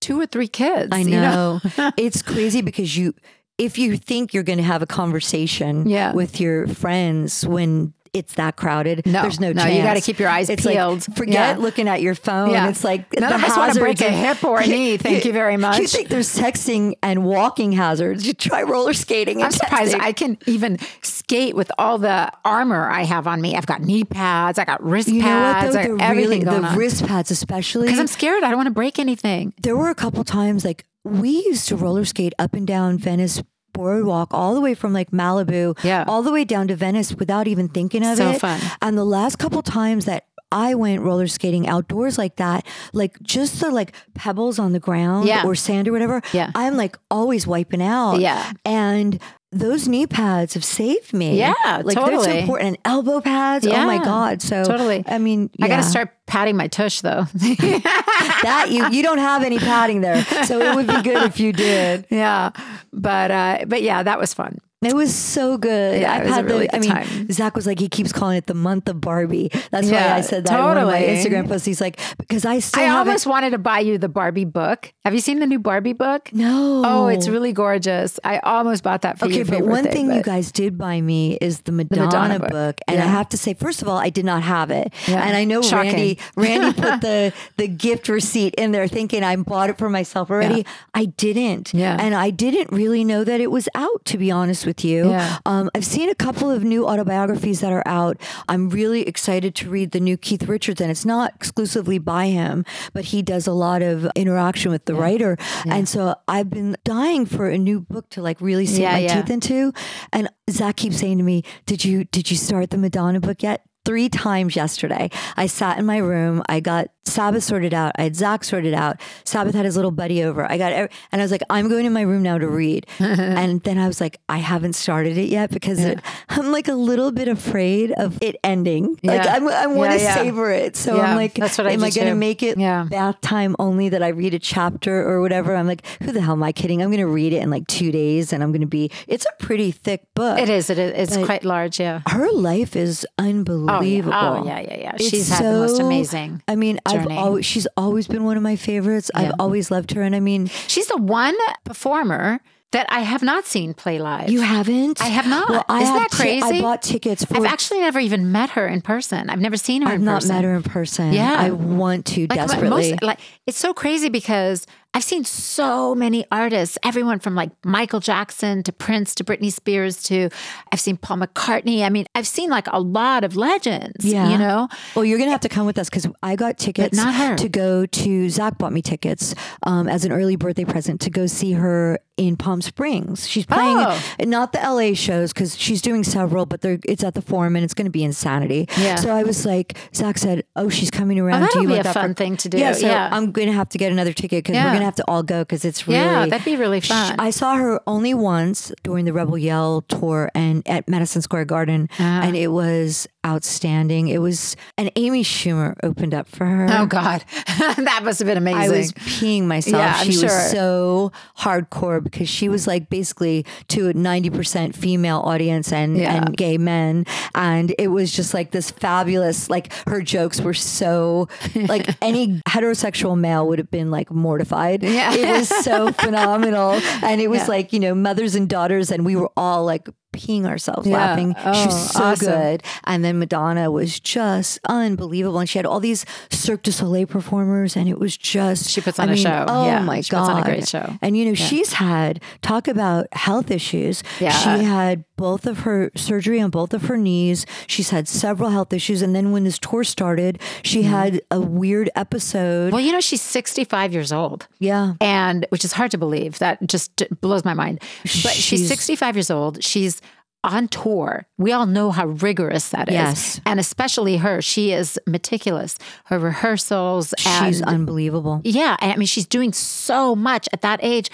Speaker 2: two or three kids.
Speaker 3: I
Speaker 2: you
Speaker 3: know. it's crazy because you if you think you're going to have a conversation
Speaker 2: Yeah.
Speaker 3: with your friends when it's that crowded,
Speaker 2: No,
Speaker 3: there's no,
Speaker 2: no,
Speaker 3: chance.
Speaker 2: you gotta keep your eyes
Speaker 3: it's like,
Speaker 2: peeled.
Speaker 3: forget
Speaker 2: Yeah.
Speaker 3: looking at your phone.
Speaker 2: Yeah.
Speaker 3: It's like
Speaker 2: None
Speaker 3: the
Speaker 2: of us wanna break
Speaker 3: hazards
Speaker 2: a
Speaker 3: of-
Speaker 2: hip or a knee, thank you very
Speaker 3: You
Speaker 2: much.
Speaker 3: think there's texting and walking hazards? You try roller skating. And
Speaker 2: I'm surprised
Speaker 3: texting.
Speaker 2: I can even skate with all the armor I have on me. I've got knee pads, I got wrist
Speaker 3: You know what
Speaker 2: pads,
Speaker 3: though?
Speaker 2: I
Speaker 3: The,
Speaker 2: got everything
Speaker 3: really,
Speaker 2: going
Speaker 3: the
Speaker 2: on.
Speaker 3: wrist pads, especially.
Speaker 2: Because I'm scared, I don't want to break anything.
Speaker 3: there were a couple times like we used to roller skate up and down Venice boardwalk all the way from like Malibu
Speaker 2: Yeah.
Speaker 3: all the way down to Venice without even thinking of
Speaker 2: So
Speaker 3: it.
Speaker 2: fun.
Speaker 3: And the last couple times that I went roller skating outdoors like that, like just the like pebbles on the ground
Speaker 2: Yeah.
Speaker 3: or sand or whatever,
Speaker 2: Yeah.
Speaker 3: I'm like always wiping out.
Speaker 2: Yeah.
Speaker 3: And those knee pads have saved me.
Speaker 2: Yeah,
Speaker 3: Like they're so
Speaker 2: totally.
Speaker 3: important. And elbow pads. Oh my
Speaker 2: Yeah,
Speaker 3: God. So
Speaker 2: totally.
Speaker 3: I mean
Speaker 2: I got
Speaker 3: yeah
Speaker 2: to start patting my tush though.
Speaker 3: that you you don't have any padding there, so it would be good if you did.
Speaker 2: yeah, but uh, but yeah, that was fun.
Speaker 3: It was so good.
Speaker 2: Yeah, it was a really
Speaker 3: I
Speaker 2: good
Speaker 3: mean,
Speaker 2: time.
Speaker 3: Zach was like, he keeps calling it the month of Barbie. That's why
Speaker 2: Yeah,
Speaker 3: I said that in one of my
Speaker 2: totally.
Speaker 3: Instagram posts. He's like, because I still
Speaker 2: I
Speaker 3: haven't-
Speaker 2: almost wanted to buy you the Barbie book. Have you seen the new Barbie book?
Speaker 3: no.
Speaker 2: Oh, it's really gorgeous. I almost bought that for
Speaker 3: Okay,
Speaker 2: you.
Speaker 3: but one thing you guys did buy me is the Madonna,
Speaker 2: Madonna
Speaker 3: book.
Speaker 2: book.
Speaker 3: and I
Speaker 2: Yeah.
Speaker 3: have to say, first of all, I did not have it,
Speaker 2: Yeah.
Speaker 3: and I know
Speaker 2: Shocking.
Speaker 3: Randy. Randy put the the gift receipt in there, thinking I bought it for myself already. I didn't,
Speaker 2: Yeah.
Speaker 3: and I didn't really know that it was out. To be honest with you,
Speaker 2: Yeah.
Speaker 3: um, I've seen a couple of new autobiographies that are out. I'm really excited to read the new Keith Richards, and it's not exclusively by him, but he does a lot of interaction with the writer, and so I've been dying for a new book to like really sink
Speaker 2: Yeah,
Speaker 3: my
Speaker 2: yeah.
Speaker 3: teeth into. And Zach keeps saying to me, "Did you did you start the Madonna book yet?" Three times yesterday, I sat in my room. I got Sabbath sorted out. I had Zach sorted out. Sabbath had his little buddy over. I got, ev- and I was like, I'm going in my room now to read. and then I was like, I haven't started it yet because it, I'm like a little bit afraid of it ending. Like
Speaker 2: Yeah.
Speaker 3: I'm, I want to
Speaker 2: Yeah, yeah.
Speaker 3: savor it. So
Speaker 2: Yeah,
Speaker 3: I'm like,
Speaker 2: that's what I
Speaker 3: am I
Speaker 2: do
Speaker 3: going to
Speaker 2: too.
Speaker 3: make it
Speaker 2: Yeah.
Speaker 3: bath time only that I read a chapter or whatever. I'm like, who the hell am I kidding? I'm going to read it in like two days and I'm going to be, it's a pretty thick book.
Speaker 2: It is. It is. It's
Speaker 3: But-
Speaker 2: quite large. Yeah.
Speaker 3: Her life is unbelievable.
Speaker 2: Oh, yeah. Oh, yeah, yeah, yeah.
Speaker 3: It's
Speaker 2: She's had the most
Speaker 3: so-
Speaker 2: amazing
Speaker 3: I mean, I've
Speaker 2: journey.
Speaker 3: always, she's always been one of my favorites. I've
Speaker 2: Yeah.
Speaker 3: always loved her. And I mean,
Speaker 2: She's the one performer that I have not seen play live.
Speaker 3: you haven't?
Speaker 2: I have not.
Speaker 3: Well, I
Speaker 2: Isn't
Speaker 3: have
Speaker 2: that
Speaker 3: ti- I
Speaker 2: crazy?
Speaker 3: bought tickets for
Speaker 2: I've actually never even met her in person. I've never seen her
Speaker 3: I've
Speaker 2: in
Speaker 3: not
Speaker 2: person.
Speaker 3: met her in person.
Speaker 2: Yeah.
Speaker 3: I want to
Speaker 2: Like, mo-
Speaker 3: desperately.
Speaker 2: Most, like it's so crazy because I've seen so many artists, everyone from like Michael Jackson to Prince to Britney Spears to I've seen Paul McCartney. I mean, I've seen like a lot of legends.
Speaker 3: Yeah.
Speaker 2: You know?
Speaker 3: Well, you're gonna have to come with us because I got tickets
Speaker 2: not her.
Speaker 3: to go to. Zach bought me tickets um, as an early birthday present to go see her in Palm Springs. She's playing
Speaker 2: Oh.
Speaker 3: not the LA shows because she's doing several, but they're, it's at the Forum and it's gonna be insanity.
Speaker 2: Yeah.
Speaker 3: So I was like, Zach said, "Oh, she's coming around. Do
Speaker 2: that'll
Speaker 3: you
Speaker 2: be
Speaker 3: want
Speaker 2: a
Speaker 3: that for-"
Speaker 2: fun thing to do.
Speaker 3: Yeah. So
Speaker 2: Yeah.
Speaker 3: I'm gonna have to get another ticket because we're
Speaker 2: Yeah.
Speaker 3: gonna have to all go because it's really
Speaker 2: Yeah, that'd be really
Speaker 3: Sh-
Speaker 2: fun.
Speaker 3: I saw her only once during the Rebel Yell tour and at Madison Square Garden, and it was outstanding. It was, and Amy Schumer opened up for her.
Speaker 2: Oh God. that must have been amazing.
Speaker 3: I was peeing myself.
Speaker 2: Yeah, I'm
Speaker 3: she was
Speaker 2: sure.
Speaker 3: so hardcore because she was like basically to a 90% female audience and,
Speaker 2: Yeah.
Speaker 3: and gay men. And it was just like this fabulous, like her jokes were so, like any heterosexual male would have been like mortified.
Speaker 2: Yeah.
Speaker 3: It was so phenomenal. And it was like, you know, mothers and daughters, and we were all like, peeing ourselves
Speaker 2: Yeah.
Speaker 3: laughing. she was
Speaker 2: Oh,
Speaker 3: so
Speaker 2: awesome.
Speaker 3: good good. And then Madonna was just unbelievable. And she had all these Cirque du Soleil performers, and it was just.
Speaker 2: She puts
Speaker 3: I
Speaker 2: on a
Speaker 3: mean,
Speaker 2: show.
Speaker 3: Oh
Speaker 2: Yeah,
Speaker 3: my
Speaker 2: she
Speaker 3: God.
Speaker 2: puts on a great show.
Speaker 3: And, you know, she's had, talk about health issues.
Speaker 2: Yeah.
Speaker 3: She had both of her surgery on both of her knees. She's had several health issues. And then when this tour started,
Speaker 2: Mm-hmm.
Speaker 3: she had a weird episode.
Speaker 2: well, you know, she's 65 years old.
Speaker 3: Yeah.
Speaker 2: and which is hard to believe. That just d- blows my mind. But
Speaker 3: She's-
Speaker 2: she's 65 years old. She's on tour. We all know how rigorous that is.
Speaker 3: Yes.
Speaker 2: And especially her, she is meticulous. Her rehearsals
Speaker 3: She's
Speaker 2: and
Speaker 3: unbelievable.
Speaker 2: yeah, and I mean she's doing so much at that age.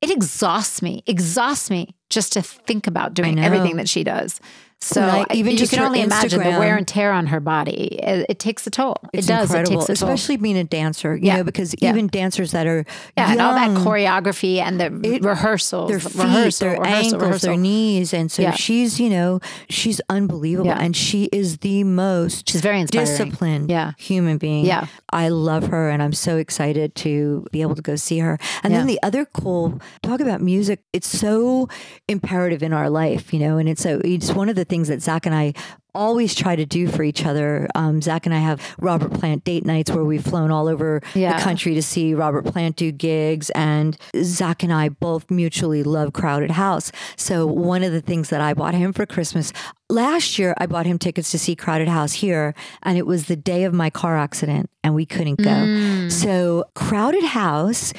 Speaker 2: It exhausts me. Exhausts me just to think about doing
Speaker 3: know.
Speaker 2: everything that she does. So
Speaker 3: Right, even
Speaker 2: even you
Speaker 3: just
Speaker 2: can
Speaker 3: her
Speaker 2: only imagine the
Speaker 3: Instagram.
Speaker 2: wear and tear on her body. It, it takes a toll.
Speaker 3: It's
Speaker 2: it does.
Speaker 3: incredible,
Speaker 2: It takes a toll.
Speaker 3: especially being a dancer, you
Speaker 2: Yeah.
Speaker 3: know, because
Speaker 2: Yeah.
Speaker 3: even dancers that are
Speaker 2: yeah, and all that
Speaker 3: young,
Speaker 2: choreography and the
Speaker 3: It-
Speaker 2: rehearsals,
Speaker 3: their feet,
Speaker 2: rehearsal,
Speaker 3: their
Speaker 2: rehearsal,
Speaker 3: ankles,
Speaker 2: rehearsal.
Speaker 3: their knees, and so
Speaker 2: Yeah.
Speaker 3: she's you know she's unbelievable,
Speaker 2: Yeah.
Speaker 3: and she is the most
Speaker 2: She's very inspiring.
Speaker 3: disciplined
Speaker 2: Yeah.
Speaker 3: human being.
Speaker 2: Yeah.
Speaker 3: I love her, and I'm so excited to be able to go see her. And then
Speaker 2: Yeah.
Speaker 3: the other cool talk about music. It's so imperative in our life, you know, and it's so it's one of the things that Zach and I always try to do for each other. Um, Zach and I have Robert Plant date nights where we've flown all over
Speaker 2: Yeah.
Speaker 3: the country to see Robert Plant do gigs, and Zach and I both mutually love Crowded House. So one of the things that I bought him for Christmas last year, I bought him tickets to see Crowded House here, and it was the day of my car accident, and we couldn't go.
Speaker 2: Mm.
Speaker 3: So Crowded House,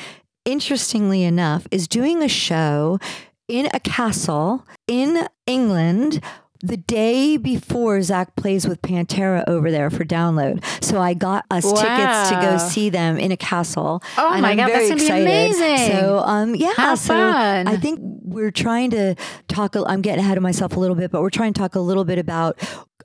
Speaker 3: interestingly enough, is doing a show in a castle in England the day before Zach plays with Pantera over there for download. So I got us tickets to
Speaker 2: Wow.
Speaker 3: go see them in a castle.
Speaker 2: Oh
Speaker 3: and
Speaker 2: my
Speaker 3: I'm
Speaker 2: God,
Speaker 3: very
Speaker 2: that's gonna be amazing.
Speaker 3: So um yeah,
Speaker 2: How
Speaker 3: so
Speaker 2: fun.
Speaker 3: I think we're trying to talk a- I'm getting ahead of myself a little bit, but we're trying to talk a little bit about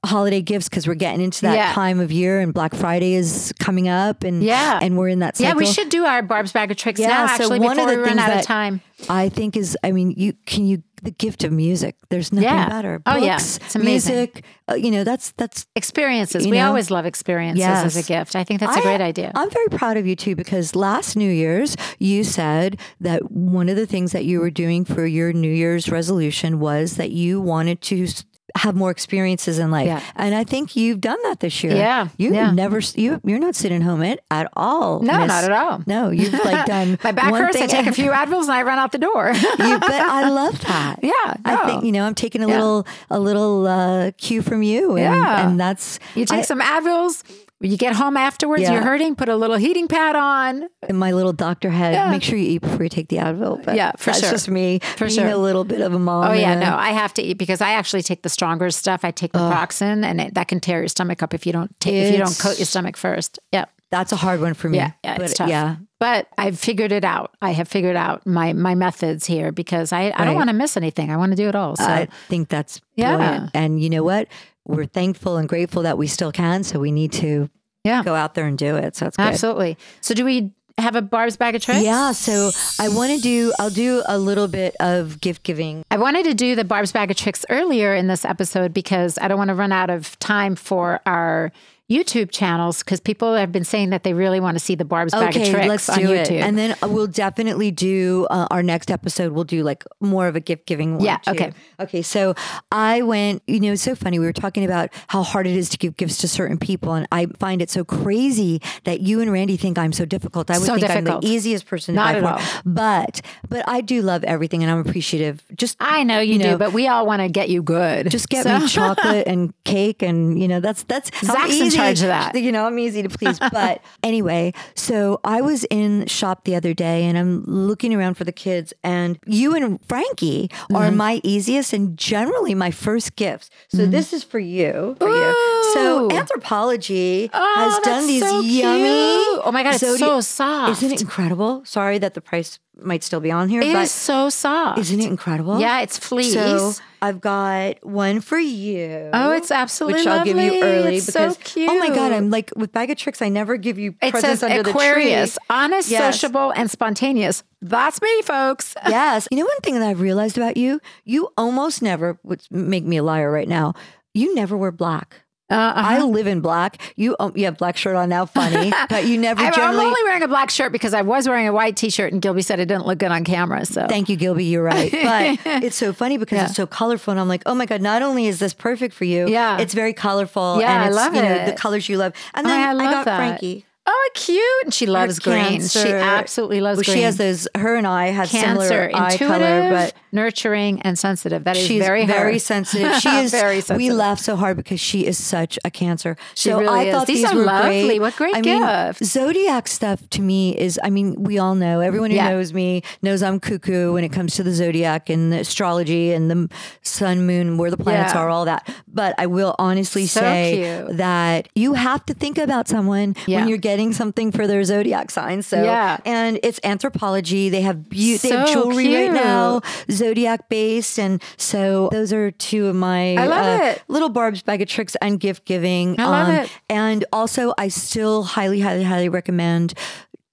Speaker 3: holiday gifts because we're getting into that
Speaker 2: Yeah.
Speaker 3: time of year and Black Friday is coming up and
Speaker 2: Yeah.
Speaker 3: and we're in that
Speaker 2: yeah,
Speaker 3: cycle.
Speaker 2: we should do our Barb's bag of tricks now.
Speaker 3: so
Speaker 2: Actually,
Speaker 3: one
Speaker 2: before
Speaker 3: of the
Speaker 2: we run
Speaker 3: things
Speaker 2: out
Speaker 3: that
Speaker 2: of time.
Speaker 3: I think is, I mean, you can you the gift of music. There's nothing
Speaker 2: Yeah.
Speaker 3: better.
Speaker 2: Oh, yeah.
Speaker 3: Books,
Speaker 2: It's amazing.
Speaker 3: music. uh, you know, that's that's
Speaker 2: Experiences.
Speaker 3: you
Speaker 2: we
Speaker 3: know?
Speaker 2: always love experiences as
Speaker 3: Yes.
Speaker 2: a gift. I think that's a
Speaker 3: I-
Speaker 2: great idea.
Speaker 3: I'm very proud of you too because last New Year's you said that one of the things that you were doing for your New Year's resolution was that you wanted to s- have more experiences in life.
Speaker 2: Yeah.
Speaker 3: And I think you've done that this year.
Speaker 2: Yeah.
Speaker 3: You
Speaker 2: Yeah.
Speaker 3: never s- you you're not sitting home at, at all.
Speaker 2: No,
Speaker 3: miss.
Speaker 2: not at all.
Speaker 3: No, you've like done
Speaker 2: My back
Speaker 3: one
Speaker 2: hurts. I
Speaker 3: thing-
Speaker 2: take a few Advils and I run out the door.
Speaker 3: you, but I love that.
Speaker 2: Yeah,
Speaker 3: I
Speaker 2: no.
Speaker 3: think you know I'm taking a
Speaker 2: Yeah.
Speaker 3: little a little uh, cue from you, and,
Speaker 2: Yeah.
Speaker 3: and that's
Speaker 2: you take
Speaker 3: I-
Speaker 2: some Advils. You get home afterwards.
Speaker 3: Yeah.
Speaker 2: You're hurting. Put a little heating pad on.
Speaker 3: in my little doctor head.
Speaker 2: Yeah.
Speaker 3: Make sure you eat before you take the Advil. But
Speaker 2: Yeah, for
Speaker 3: that's
Speaker 2: sure.
Speaker 3: just me
Speaker 2: For
Speaker 3: being
Speaker 2: sure.
Speaker 3: a little bit of a mom.
Speaker 2: Oh yeah,
Speaker 3: and a-
Speaker 2: no, I have to eat because I actually take the stronger stuff. I take the proxin, and it, that can tear your stomach up if you don't take, if you don't
Speaker 3: It's-
Speaker 2: coat your stomach first. Yep.
Speaker 3: that's a hard one for me.
Speaker 2: Yeah, yeah,
Speaker 3: but
Speaker 2: it's tough.
Speaker 3: yeah,
Speaker 2: But I've figured it out. I have figured out my my methods here because I, I
Speaker 3: Right.
Speaker 2: don't want to miss anything. I want to do it all. So
Speaker 3: I think that's
Speaker 2: Yeah.
Speaker 3: brilliant. And you know what? We're thankful and grateful that we still can. So we need to
Speaker 2: yeah,
Speaker 3: go out there and do it. So it's good.
Speaker 2: absolutely. So do we have a Barb's bag of tricks?
Speaker 3: Yeah, so I want to do. I'll do a little bit of gift giving
Speaker 2: I wanted to do the Barb's bag of tricks earlier in this episode because I don't want to run out of time for our YouTube channels because people have been saying that they really want to see the Barb's bag of tricks
Speaker 3: let's
Speaker 2: on
Speaker 3: do
Speaker 2: YouTube.
Speaker 3: it. And then uh, we'll definitely do uh, our next episode. We'll do like more of a gift giving one.
Speaker 2: Yeah,
Speaker 3: too.
Speaker 2: okay.
Speaker 3: Okay. So I went, you know, it's so funny. We were talking about how hard it is to give gifts to certain people. And I find it so crazy that you and Randy think I'm so difficult. I would
Speaker 2: So
Speaker 3: think I'm
Speaker 2: difficult.
Speaker 3: the easiest person
Speaker 2: Not
Speaker 3: to buy
Speaker 2: at
Speaker 3: for. But, but I do love everything and I'm appreciative. Just,
Speaker 2: I know you, do, but we all want to get you good.
Speaker 3: just get
Speaker 2: So-
Speaker 3: me chocolate and cake and you know that's that's how
Speaker 2: Zach's in
Speaker 3: easy-
Speaker 2: charge of that.
Speaker 3: you know i'm easy to please but anyway so i was in shop the other day and i'm looking around for the kids and you and frankie are
Speaker 2: Mm-hmm.
Speaker 3: my easiest and generally my first gifts so this is for you for you so
Speaker 2: Ooh.
Speaker 3: anthropology
Speaker 2: Oh,
Speaker 3: has done
Speaker 2: that's
Speaker 3: these
Speaker 2: so
Speaker 3: yummy
Speaker 2: cute. Oh my god, it's
Speaker 3: Zodi-
Speaker 2: so soft.
Speaker 3: isn't it incredible sorry that the price might still be on here
Speaker 2: It
Speaker 3: but
Speaker 2: is so soft.
Speaker 3: isn't it incredible
Speaker 2: Yeah, it's fleece.
Speaker 3: so I've got one for you.
Speaker 2: Oh, it's absolutely
Speaker 3: which I'll give
Speaker 2: lovely.
Speaker 3: you early
Speaker 2: It's so
Speaker 3: because oh my god,
Speaker 2: cute.
Speaker 3: I'm like with bag of tricks. I never give you
Speaker 2: it
Speaker 3: presents
Speaker 2: says
Speaker 3: under
Speaker 2: Aquarius,
Speaker 3: the tree.
Speaker 2: honest,
Speaker 3: Yes.
Speaker 2: sociable, and spontaneous. That's me, folks.
Speaker 3: yes, you know one thing that I've realized about you: you almost never would make me a liar right now. You never wear black.
Speaker 2: Uh,
Speaker 3: I live in black. You um, you have black shirt on now, funny, but you never
Speaker 2: I'm I'm
Speaker 3: generally.
Speaker 2: only wearing a black shirt because I was wearing a white T-shirt, and Gilby said it didn't look good on camera. So
Speaker 3: Thank you, Gilby. You're right. But it's so funny because
Speaker 2: Yeah.
Speaker 3: it's so colorful. And I'm like, oh my God, not only is this perfect for you,
Speaker 2: Yeah.
Speaker 3: it's very colorful.
Speaker 2: Yeah,
Speaker 3: and
Speaker 2: I
Speaker 3: it's,
Speaker 2: love
Speaker 3: you know, the
Speaker 2: it.
Speaker 3: colors you love. And
Speaker 2: Oh,
Speaker 3: then
Speaker 2: I love
Speaker 3: got
Speaker 2: that.
Speaker 3: Frankie.
Speaker 2: Oh, cute! And she loves green. She
Speaker 3: cancer-
Speaker 2: absolutely loves
Speaker 3: Well,
Speaker 2: green.
Speaker 3: She has those. Her and I have
Speaker 2: cancer,
Speaker 3: similar eye
Speaker 2: intuitive,
Speaker 3: color, but
Speaker 2: nurturing, and sensitive. That is
Speaker 3: she's
Speaker 2: very
Speaker 3: very,
Speaker 2: her.
Speaker 3: sensitive. She is
Speaker 2: Very
Speaker 3: We
Speaker 2: sensitive.
Speaker 3: laugh so hard because she is such a cancer.
Speaker 2: She
Speaker 3: so
Speaker 2: really
Speaker 3: I
Speaker 2: is.
Speaker 3: thought
Speaker 2: These
Speaker 3: these,
Speaker 2: are
Speaker 3: were
Speaker 2: lovely.
Speaker 3: great.
Speaker 2: What great
Speaker 3: I mean,
Speaker 2: gift.
Speaker 3: zodiac stuff to me is. I mean, we all know. Everyone who
Speaker 2: Yeah.
Speaker 3: knows me knows I'm cuckoo when it comes to the zodiac and the astrology and the sun, moon, where the planets
Speaker 2: Yeah.
Speaker 3: are, all that. But I will honestly
Speaker 2: So
Speaker 3: say
Speaker 2: cute.
Speaker 3: that you have to think about someone
Speaker 2: Yeah.
Speaker 3: when you're getting something for their zodiac sign. So
Speaker 2: Yeah.
Speaker 3: and it's anthropology. They have beau- they have
Speaker 2: So
Speaker 3: jewelry right
Speaker 2: cute.
Speaker 3: now, zodiac based, and so those are two of my uh,
Speaker 2: I love it.
Speaker 3: little Barb's bag of tricks and gift giving. Um,
Speaker 2: I love it.
Speaker 3: And also, I still highly, highly, highly recommend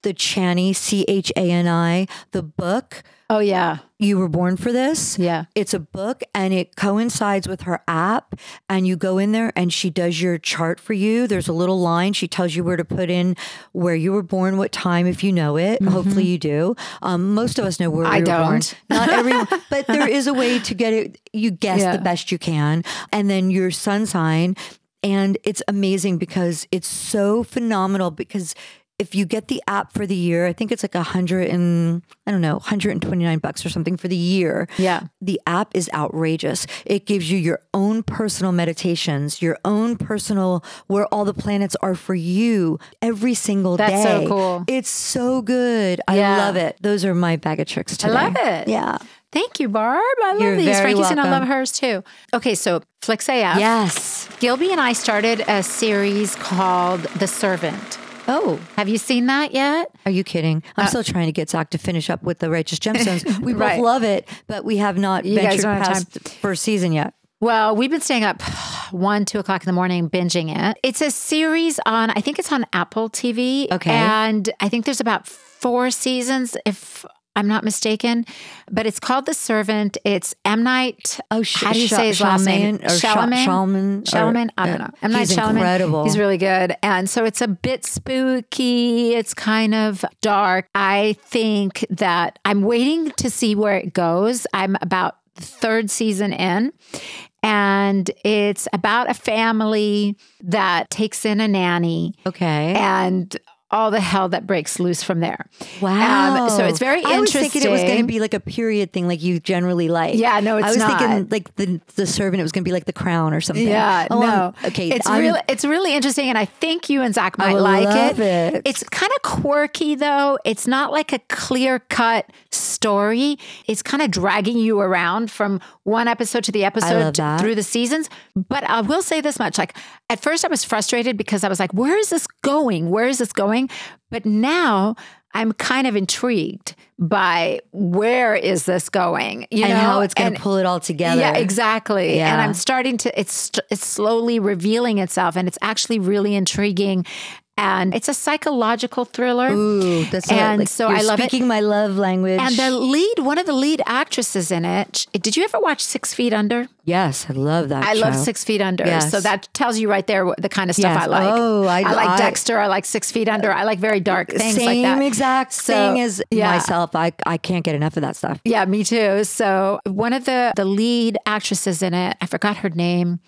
Speaker 3: the Chani C H A N I the book.
Speaker 2: Oh yeah.
Speaker 3: You were born for this.
Speaker 2: Yeah.
Speaker 3: It's a book and it coincides with her app. And you go in there and she does your chart for you. There's a little line. She tells you where to put in where you were born, what time, if you know it. Hopefully you do. Um, most of us know where
Speaker 2: Mm-hmm. I
Speaker 3: we were born.
Speaker 2: don't.
Speaker 3: Not everyone, but there is a way to get it. You guess
Speaker 2: Yeah.
Speaker 3: the best you can. And then your sun sign. And it's amazing because it's so phenomenal because if you get the app for the year, I think it's like a hundred and I don't know, 129 bucks or something for the year.
Speaker 2: Yeah.
Speaker 3: The app is outrageous. It gives you your own personal meditations, your own personal where all the planets are for you every single
Speaker 2: That's
Speaker 3: day.
Speaker 2: so cool.
Speaker 3: It's so good. I
Speaker 2: Yeah.
Speaker 3: love it. Those are my bag of tricks today.
Speaker 2: love it.
Speaker 3: Yeah.
Speaker 2: Thank you, Barb. I love
Speaker 3: You're
Speaker 2: these.
Speaker 3: very
Speaker 2: Frankie's gonna love
Speaker 3: welcome.
Speaker 2: hers too. Okay, so Flix AF.
Speaker 3: Yes.
Speaker 2: Gilby and I started a series called The Servant.
Speaker 3: Oh,
Speaker 2: Have you seen that yet?
Speaker 3: are you kidding? I'm still trying to get Zach to finish up with the Righteous Gemstones. We both
Speaker 2: Uh, Right.
Speaker 3: love it, but we have not
Speaker 2: You guys
Speaker 3: ventured
Speaker 2: don't have
Speaker 3: past first season yet.
Speaker 2: Well, we've been staying up one, two o'clock in the morning binging it. It's a series on, I think it's on Apple TV.
Speaker 3: Okay.
Speaker 2: And I think there's about four seasons, if I'm not mistaken. But it's called The Servant. It's M. Night.
Speaker 3: Oh, sh-
Speaker 2: How do you
Speaker 3: Sh-
Speaker 2: say his last name?
Speaker 3: Shyamalan or Sha- Shyamalan or-
Speaker 2: Shyamalan? I don't
Speaker 3: yeah.
Speaker 2: know. M. Night
Speaker 3: He's
Speaker 2: Shyamalan.
Speaker 3: incredible.
Speaker 2: He's really good. And so it's a bit spooky. It's kind of dark. I think that I'm waiting to see where it goes. I'm about the third season in. And it's about a family that takes in a nanny
Speaker 3: Okay.
Speaker 2: and all the hell that breaks loose from there.
Speaker 3: Wow.
Speaker 2: Um, so it's very
Speaker 3: I was
Speaker 2: interesting.
Speaker 3: thinking it was going to be like a period thing, like you generally like.
Speaker 2: Yeah, no, it's
Speaker 3: I was thinking
Speaker 2: not.
Speaker 3: like the the servant. It was going to be like the crown or something.
Speaker 2: Yeah,
Speaker 3: Oh,
Speaker 2: no.
Speaker 3: I'm- okay.
Speaker 2: it's
Speaker 3: I'm-
Speaker 2: really it's really interesting, and I think you and Zach might
Speaker 3: I
Speaker 2: like
Speaker 3: love it.
Speaker 2: It's kind of quirky though. It's not like a clear cut story. It's kind of dragging you around from one episode to the episode
Speaker 3: love that.
Speaker 2: through the seasons. But I will say this much: like at first, I was frustrated because I was like, "Where is this going? Where is this going?" But now. I'm kind of intrigued by where is this going, you
Speaker 3: and
Speaker 2: know,
Speaker 3: how it's going
Speaker 2: And-
Speaker 3: to pull it all together.
Speaker 2: yeah, exactly. And
Speaker 3: Yeah.
Speaker 2: I'm starting to it's st- it's slowly revealing itself and it's actually really intriguing and it's a psychological thriller.
Speaker 3: Ooh, that's what-
Speaker 2: And
Speaker 3: like,
Speaker 2: so
Speaker 3: you're
Speaker 2: I love it.
Speaker 3: speaking my love language.
Speaker 2: And the lead, one of the lead actresses in it, sh- did you ever watch Six Feet Under?
Speaker 3: yes, I love that.
Speaker 2: I love
Speaker 3: show.
Speaker 2: Six Feet Under.
Speaker 3: Yes.
Speaker 2: So that tells you right there what- the kind of stuff
Speaker 3: Yes.
Speaker 2: I like.
Speaker 3: Oh, I-
Speaker 2: like
Speaker 3: I-
Speaker 2: Dexter. I like Six Feet Under. I like very dark things
Speaker 3: Same
Speaker 2: like that.
Speaker 3: exact
Speaker 2: So,
Speaker 3: thing as
Speaker 2: yeah.
Speaker 3: myself. I I can't get enough of that stuff.
Speaker 2: Yeah, me too. So one of the the lead actresses in it, I forgot her name,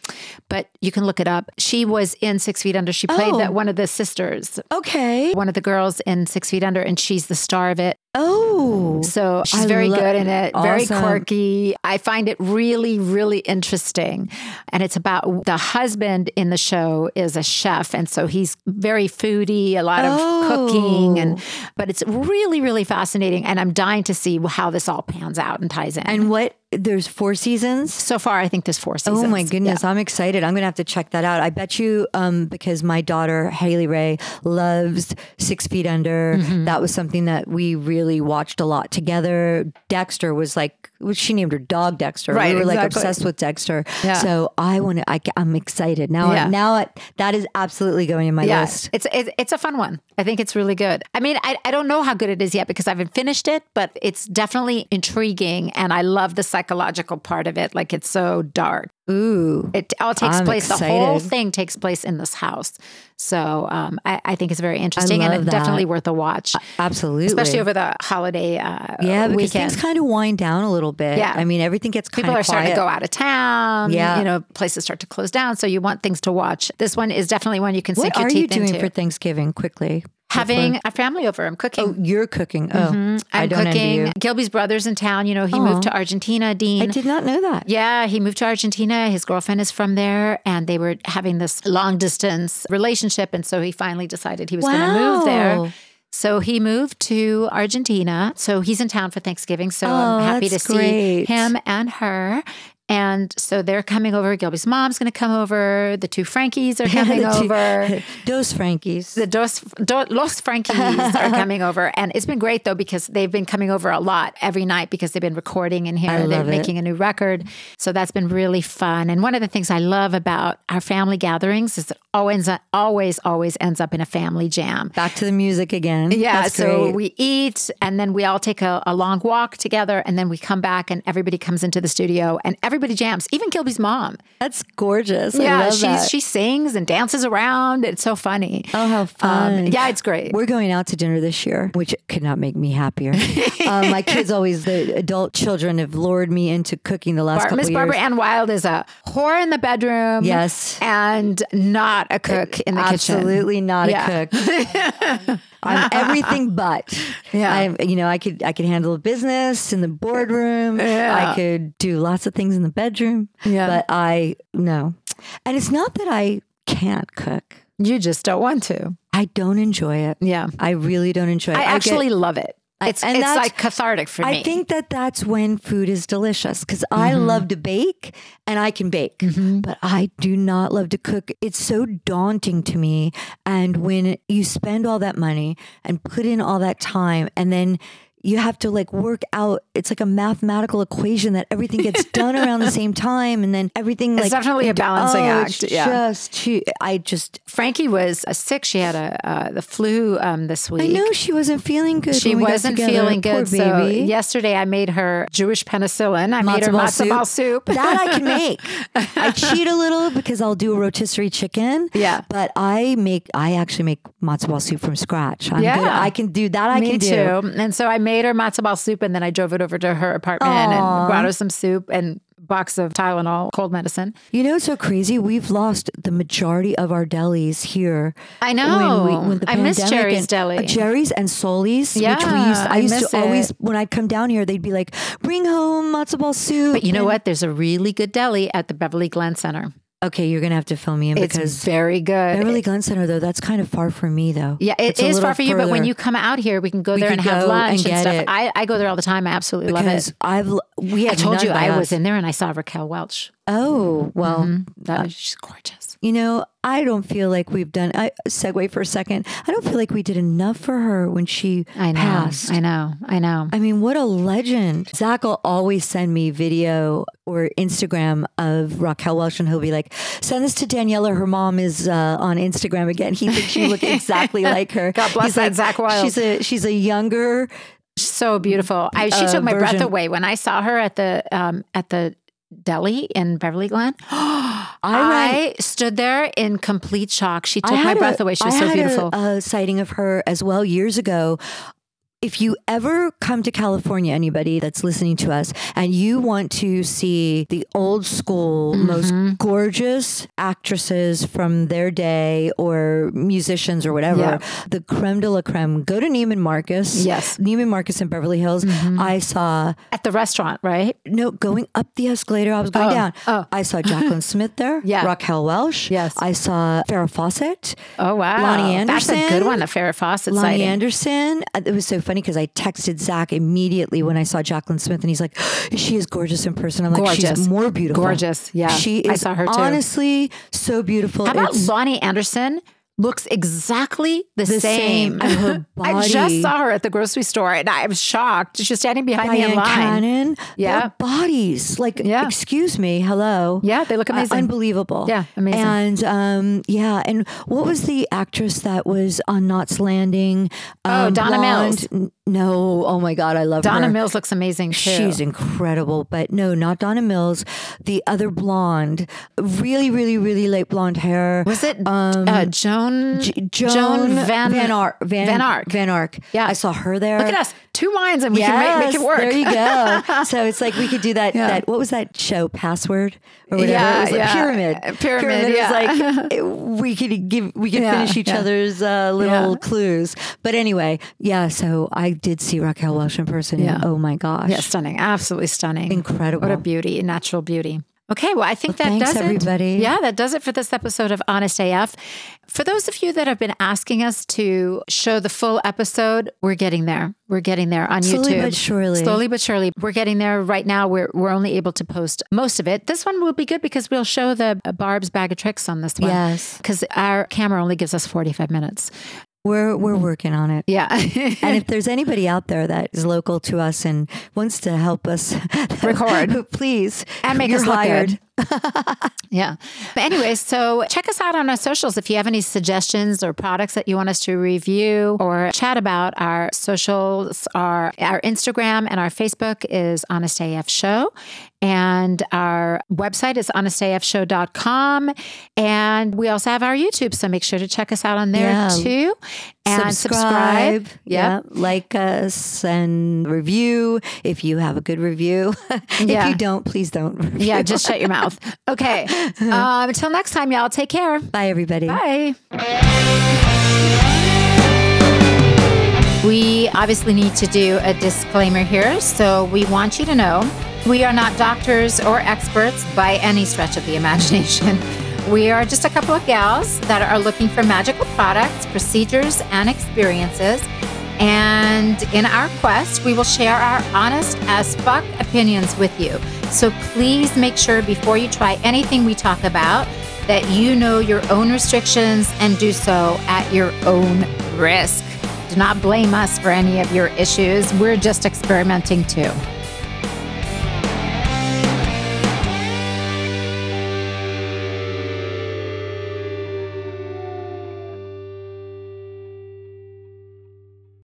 Speaker 2: but you can look it up. She was in Six Feet Under. She played
Speaker 3: Oh.
Speaker 2: that one of the sisters,
Speaker 3: Okay.
Speaker 2: one of the girls in Six Feet Under, and she's the star of it.
Speaker 3: Oh,
Speaker 2: So she's
Speaker 3: I
Speaker 2: very
Speaker 3: lo-
Speaker 2: good in it, very
Speaker 3: Awesome.
Speaker 2: quirky. I find it really, really interesting. And it's about the husband in the show is a chef, and so he's very foodie, a lot
Speaker 3: Oh.
Speaker 2: of cooking, and but it's really, really fascinating. And I'm dying to see how this all pans out and ties in.
Speaker 3: and what? There's four seasons.
Speaker 2: So far, I think there's four seasons.
Speaker 3: Oh my goodness, I'm excited. I'm going to have to check that out. I bet you um because my daughter Haley Ray loves 6 feet under.
Speaker 2: Mm-hmm.
Speaker 3: That was something that we really watched a lot together. Dexter was like well, she named her dog Dexter.
Speaker 2: Right,
Speaker 3: we were like
Speaker 2: exactly.
Speaker 3: obsessed with Dexter.
Speaker 2: Yeah.
Speaker 3: So I want to I, am excited. Now I-
Speaker 2: Yeah.
Speaker 3: now I, that is absolutely going in my
Speaker 2: Yeah,
Speaker 3: list.
Speaker 2: it's it's it's a fun one. I think it's really good. I mean, I, I don't know how good it is yet because I haven't finished it, but it's definitely intriguing, and I love the psychological part of it. Like it's so dark.
Speaker 3: Ooh.
Speaker 2: It all takes
Speaker 3: I'm
Speaker 2: place. The whole
Speaker 3: excited.
Speaker 2: thing takes place in this house. So um, I, I think it's very interesting
Speaker 3: love
Speaker 2: and
Speaker 3: that.
Speaker 2: definitely worth a watch,
Speaker 3: Absolutely.
Speaker 2: especially over the holiday uh,
Speaker 3: yeah, because
Speaker 2: weekend.
Speaker 3: things kind of wind down a little bit.
Speaker 2: Yeah.
Speaker 3: I mean, everything gets kind
Speaker 2: People
Speaker 3: of
Speaker 2: are starting to
Speaker 3: quiet.
Speaker 2: go out of town.
Speaker 3: Yeah.
Speaker 2: you know, places start to close down, so you want things to watch. This one is definitely one you can sink
Speaker 3: What
Speaker 2: your
Speaker 3: are
Speaker 2: teeth
Speaker 3: you doing
Speaker 2: into.
Speaker 3: for Thanksgiving quickly?
Speaker 2: having a family over. I'm cooking.
Speaker 3: Oh, you're cooking. Oh, I
Speaker 2: Mm-hmm. I'm
Speaker 3: don't envy
Speaker 2: cooking.
Speaker 3: you.
Speaker 2: Gilby's brother's in town. You know, he moved to Argentina,
Speaker 3: I
Speaker 2: Dean.
Speaker 3: did not know that.
Speaker 2: Yeah, he moved to Argentina. His girlfriend is from there, and they were having this long distance relationship. And so he finally decided he was going to move
Speaker 3: Wow.
Speaker 2: there. So he moved to Argentina. So he's in town for Thanksgiving. So
Speaker 3: Oh,
Speaker 2: I'm happy to
Speaker 3: that's great.
Speaker 2: see him and her. And so they're coming over. Gilby's mom's going to come over. The two Frankies are coming
Speaker 3: The two-
Speaker 2: over.
Speaker 3: Dos Frankies.
Speaker 2: The Dos, Do, Los Frankies are coming over. And it's been great, though, because they've been coming over a lot every night because they've been recording in here. they're
Speaker 3: love it.
Speaker 2: making a new record. So that's been really fun. And one of the things I love about our family gatherings is it always, always, always ends up in a family jam.
Speaker 3: Back to the music again.
Speaker 2: Yeah.
Speaker 3: That's
Speaker 2: so
Speaker 3: great.
Speaker 2: we eat and then we all take a, a long walk together and then we come back and everybody comes into the studio and everybody jams, even Gilby's mom.
Speaker 3: that's gorgeous. I
Speaker 2: yeah.
Speaker 3: love
Speaker 2: She's,
Speaker 3: that.
Speaker 2: she sings and dances around. It's so funny. Um,
Speaker 3: Oh, how fun.
Speaker 2: yeah. It's great.
Speaker 3: We're going out to dinner this year, which could not make me happier. um, my kids always, the adult children, have lured me into cooking the last
Speaker 2: Bar-
Speaker 3: couple
Speaker 2: Miss
Speaker 3: years.
Speaker 2: Barbara Ann Wild is a whore in the bedroom.
Speaker 3: Yes.
Speaker 2: And not a cook in the kitchen.
Speaker 3: Absolutely not
Speaker 2: Yeah.
Speaker 3: a cook. I'm everything but.
Speaker 2: Yeah.
Speaker 3: I you know, I could I could handle business in the boardroom. I could do lots of things in the bedroom.
Speaker 2: Yeah.
Speaker 3: But I no. And it's not that I can't cook.
Speaker 2: You just don't want to.
Speaker 3: I don't enjoy it.
Speaker 2: Yeah.
Speaker 3: I really don't enjoy it.
Speaker 2: I,
Speaker 3: get-
Speaker 2: actually love it. It's,
Speaker 3: and
Speaker 2: it's
Speaker 3: that's-
Speaker 2: like cathartic for me. Mm-hmm.
Speaker 3: I think that that's when food is delicious because I love to bake and I can bake, but I do not love to cook. It's so daunting to me. And when you spend all that money and put in all that time and then you have to like work out it's like a mathematical equation that everything gets done around the same time and then everything
Speaker 2: It's
Speaker 3: like
Speaker 2: definitely a balancing
Speaker 3: oh,
Speaker 2: act,
Speaker 3: it's
Speaker 2: yeah.
Speaker 3: just too, i just
Speaker 2: Frankie was uh, sick. She had a uh, the flu um, this week.
Speaker 3: i know she wasn't feeling good
Speaker 2: She
Speaker 3: when we got
Speaker 2: wasn't
Speaker 3: together.
Speaker 2: feeling
Speaker 3: Poor
Speaker 2: good. So
Speaker 3: baby.
Speaker 2: yesterday I made her Jewish penicillin. I made her
Speaker 3: ball
Speaker 2: matzo ball soup.
Speaker 3: that I can make. I cheat a little because I'll do a rotisserie chicken.
Speaker 2: Yeah.
Speaker 3: but I make. I actually make matzo ball soup from scratch. I'm
Speaker 2: Yeah.
Speaker 3: good. I can do that. I
Speaker 2: Me
Speaker 3: can
Speaker 2: too.
Speaker 3: do.
Speaker 2: And so I made her matzo ball soup, and then I drove it over to her apartment and brought her some soup and box of Tylenol cold medicine.
Speaker 3: You know, it's so crazy. We've lost the majority of our delis here.
Speaker 2: I know. I miss
Speaker 3: pandemic
Speaker 2: Jerry's
Speaker 3: and-
Speaker 2: deli.
Speaker 3: uh, Jerry's and Soli's, which we
Speaker 2: Yeah,
Speaker 3: used. I
Speaker 2: I
Speaker 3: used
Speaker 2: miss
Speaker 3: to always
Speaker 2: it.
Speaker 3: when I'd come down here, they'd be like, "Bring home matzo ball soup."
Speaker 2: But you know
Speaker 3: and-
Speaker 2: what? There's a really good deli at the Beverly Glen Center.
Speaker 3: Okay, you're gonna have to fill me in
Speaker 2: It's
Speaker 3: because
Speaker 2: very good.
Speaker 3: Beverly Glen Center, though, that's kind of far for me, though.
Speaker 2: yeah, it
Speaker 3: It's a
Speaker 2: is
Speaker 3: little
Speaker 2: far for you, but when
Speaker 3: further.
Speaker 2: you come out here, we can go there
Speaker 3: could
Speaker 2: and have
Speaker 3: go and
Speaker 2: lunch and,
Speaker 3: get
Speaker 2: stuff.
Speaker 3: it.
Speaker 2: I, I go there all the time. I absolutely love
Speaker 3: because
Speaker 2: it.
Speaker 3: I've l- we
Speaker 2: I
Speaker 3: had
Speaker 2: told
Speaker 3: none
Speaker 2: you
Speaker 3: by
Speaker 2: I
Speaker 3: us.
Speaker 2: was in there and I saw Raquel Welch.
Speaker 3: Oh well,
Speaker 2: That was, she's gorgeous.
Speaker 3: you know I don't feel like we've done. I segue for a second. I don't feel like we did enough for her when she
Speaker 2: I know.
Speaker 3: passed.
Speaker 2: I know. I know.
Speaker 3: I mean, what a legend. Zach will always send me video or Instagram of Raquel Welch, and he'll be like, send this to Daniela. Her mom is uh, on Instagram again. He thinks you look exactly like her.
Speaker 2: God bless
Speaker 3: He's
Speaker 2: that
Speaker 3: like,
Speaker 2: Zach Wild.
Speaker 3: She's a, she's a younger,
Speaker 2: so beautiful. I, she
Speaker 3: uh,
Speaker 2: took my breath
Speaker 3: version.
Speaker 2: away when I saw her at the um, at the deli in Beverly Glen. I, stood there in complete shock. She took
Speaker 3: I
Speaker 2: my
Speaker 3: had a-
Speaker 2: breath away. She was
Speaker 3: I
Speaker 2: so
Speaker 3: had a-
Speaker 2: beautiful.
Speaker 3: A, sighting of her as well years ago. If you ever come to California, anybody that's listening to us, and you want to see the old school,
Speaker 2: Mm-hmm.
Speaker 3: most gorgeous actresses from their day or musicians or whatever,
Speaker 2: Yeah.
Speaker 3: the creme de la creme, go to Neiman Marcus.
Speaker 2: Yes. Mm-hmm.
Speaker 3: Neiman Marcus in Beverly Hills. I saw
Speaker 2: at the restaurant, right?
Speaker 3: no, going up the escalator, I was going
Speaker 2: Oh,
Speaker 3: down.
Speaker 2: oh.
Speaker 3: I saw Jacqueline Smith there.
Speaker 2: Yeah.
Speaker 3: Raquel Welsh.
Speaker 2: Yes.
Speaker 3: I saw Farrah Fawcett.
Speaker 2: Oh wow,
Speaker 3: Lonnie
Speaker 2: That's a good
Speaker 3: Anderson?
Speaker 2: one. The Farrah Fawcett
Speaker 3: Lonnie
Speaker 2: sighting.
Speaker 3: Anderson. Uh, It was so funny because I texted Zach immediately when I saw Jacqueline Smith, and he's like, "She is gorgeous in person." I'm like,
Speaker 2: Gorgeous.
Speaker 3: "She's more beautiful,
Speaker 2: Gorgeous. Yeah.
Speaker 3: she is.
Speaker 2: I saw her too.
Speaker 3: Honestly, so beautiful.
Speaker 2: How about
Speaker 3: It's-
Speaker 2: Lonnie Anderson? Looks exactly the,
Speaker 3: The same. Oh, And her
Speaker 2: I just
Speaker 3: body.
Speaker 2: saw her at the grocery store, and I was shocked. She was standing behind me in
Speaker 3: Diane
Speaker 2: line.
Speaker 3: Cannon,
Speaker 2: Yeah.
Speaker 3: their bodies, like,
Speaker 2: Yeah.
Speaker 3: excuse me, hello,
Speaker 2: Yeah, they look
Speaker 3: Uh,
Speaker 2: amazing.
Speaker 3: unbelievable,
Speaker 2: Yeah, amazing.
Speaker 3: and um, yeah, and what was the actress that was on Knots Landing? Um,
Speaker 2: Oh, Donna Mills.
Speaker 3: N- No, oh my God, I love
Speaker 2: Donna
Speaker 3: her.
Speaker 2: Mills looks amazing too.
Speaker 3: She's incredible, but no, not Donna Mills. The other blonde, really, really, really light blonde hair.
Speaker 2: Was it uh, Joan,
Speaker 3: um, J- Joan
Speaker 2: Van,
Speaker 3: Van Ar- Van,
Speaker 2: Van Ark?
Speaker 3: Van Ark.
Speaker 2: Yeah.
Speaker 3: I saw her there.
Speaker 2: Look at us, two wines, and we can make, make it work.
Speaker 3: There you go. so it's like we could do that.
Speaker 2: Yeah.
Speaker 3: That what was that show? Password or whatever.
Speaker 2: Yeah,
Speaker 3: it was like
Speaker 2: yeah.
Speaker 3: pyramid.
Speaker 2: Uh, pyramid,
Speaker 3: It
Speaker 2: yeah.
Speaker 3: was like it- we could give we could
Speaker 2: Yeah,
Speaker 3: finish each
Speaker 2: yeah.
Speaker 3: other's uh, little
Speaker 2: Yeah.
Speaker 3: clues. But anyway, yeah. So I did see Raquel Welsh in person.
Speaker 2: Yeah.
Speaker 3: And, oh my gosh.
Speaker 2: Yeah, stunning, absolutely stunning,
Speaker 3: Incredible.
Speaker 2: What a beauty, natural beauty. Okay, well, I think that
Speaker 3: Well, thanks,
Speaker 2: does it.
Speaker 3: everybody.
Speaker 2: Yeah, that does it for this episode of Honest AF. For those of you that have been asking us to show the full episode, we're getting there. We're getting there on
Speaker 3: Slowly
Speaker 2: YouTube.
Speaker 3: but surely.
Speaker 2: Slowly but surely. We're getting there right now. We're, we're only able to post most of it. This one will be good because we'll show the uh, Barb's bag of tricks on this one.
Speaker 3: Yes.
Speaker 2: Because our camera only gives us 45 minutes.
Speaker 3: We're we're working on it.
Speaker 2: Yeah.
Speaker 3: And if there's anybody out there that is local to us and wants to help us
Speaker 2: Record.
Speaker 3: please
Speaker 2: And make
Speaker 3: you're
Speaker 2: us look
Speaker 3: hired.
Speaker 2: good. Yeah. But anyway, so check us out on our socials if you have any suggestions or products that you want us to review or chat about. Our socials are our Instagram and our Facebook is Honest AF Show. And our website is honestafshow.com. And we also have our YouTube. So make sure to check us out on there
Speaker 3: Yeah.
Speaker 2: too. And subscribe.
Speaker 3: subscribe.
Speaker 2: Yep.
Speaker 3: Yeah. Like us and review if you have a good review. if
Speaker 2: Yeah.
Speaker 3: you don't, please don't. review.
Speaker 2: Yeah. Just shut your mouth. Okay. Um, until next time, y'all, take care.
Speaker 3: Bye, everybody.
Speaker 2: Bye. We obviously need to do a disclaimer here. So we want you to know we are not doctors or experts by any stretch of the imagination. We are just a couple of gals that are looking for magical products, procedures, and experiences. And in our quest, we will share our honest as fuck opinions with you. So please make sure before you try anything we talk about that you know your own restrictions and do so at your own risk. Do not blame us for any of your issues. We're just experimenting too.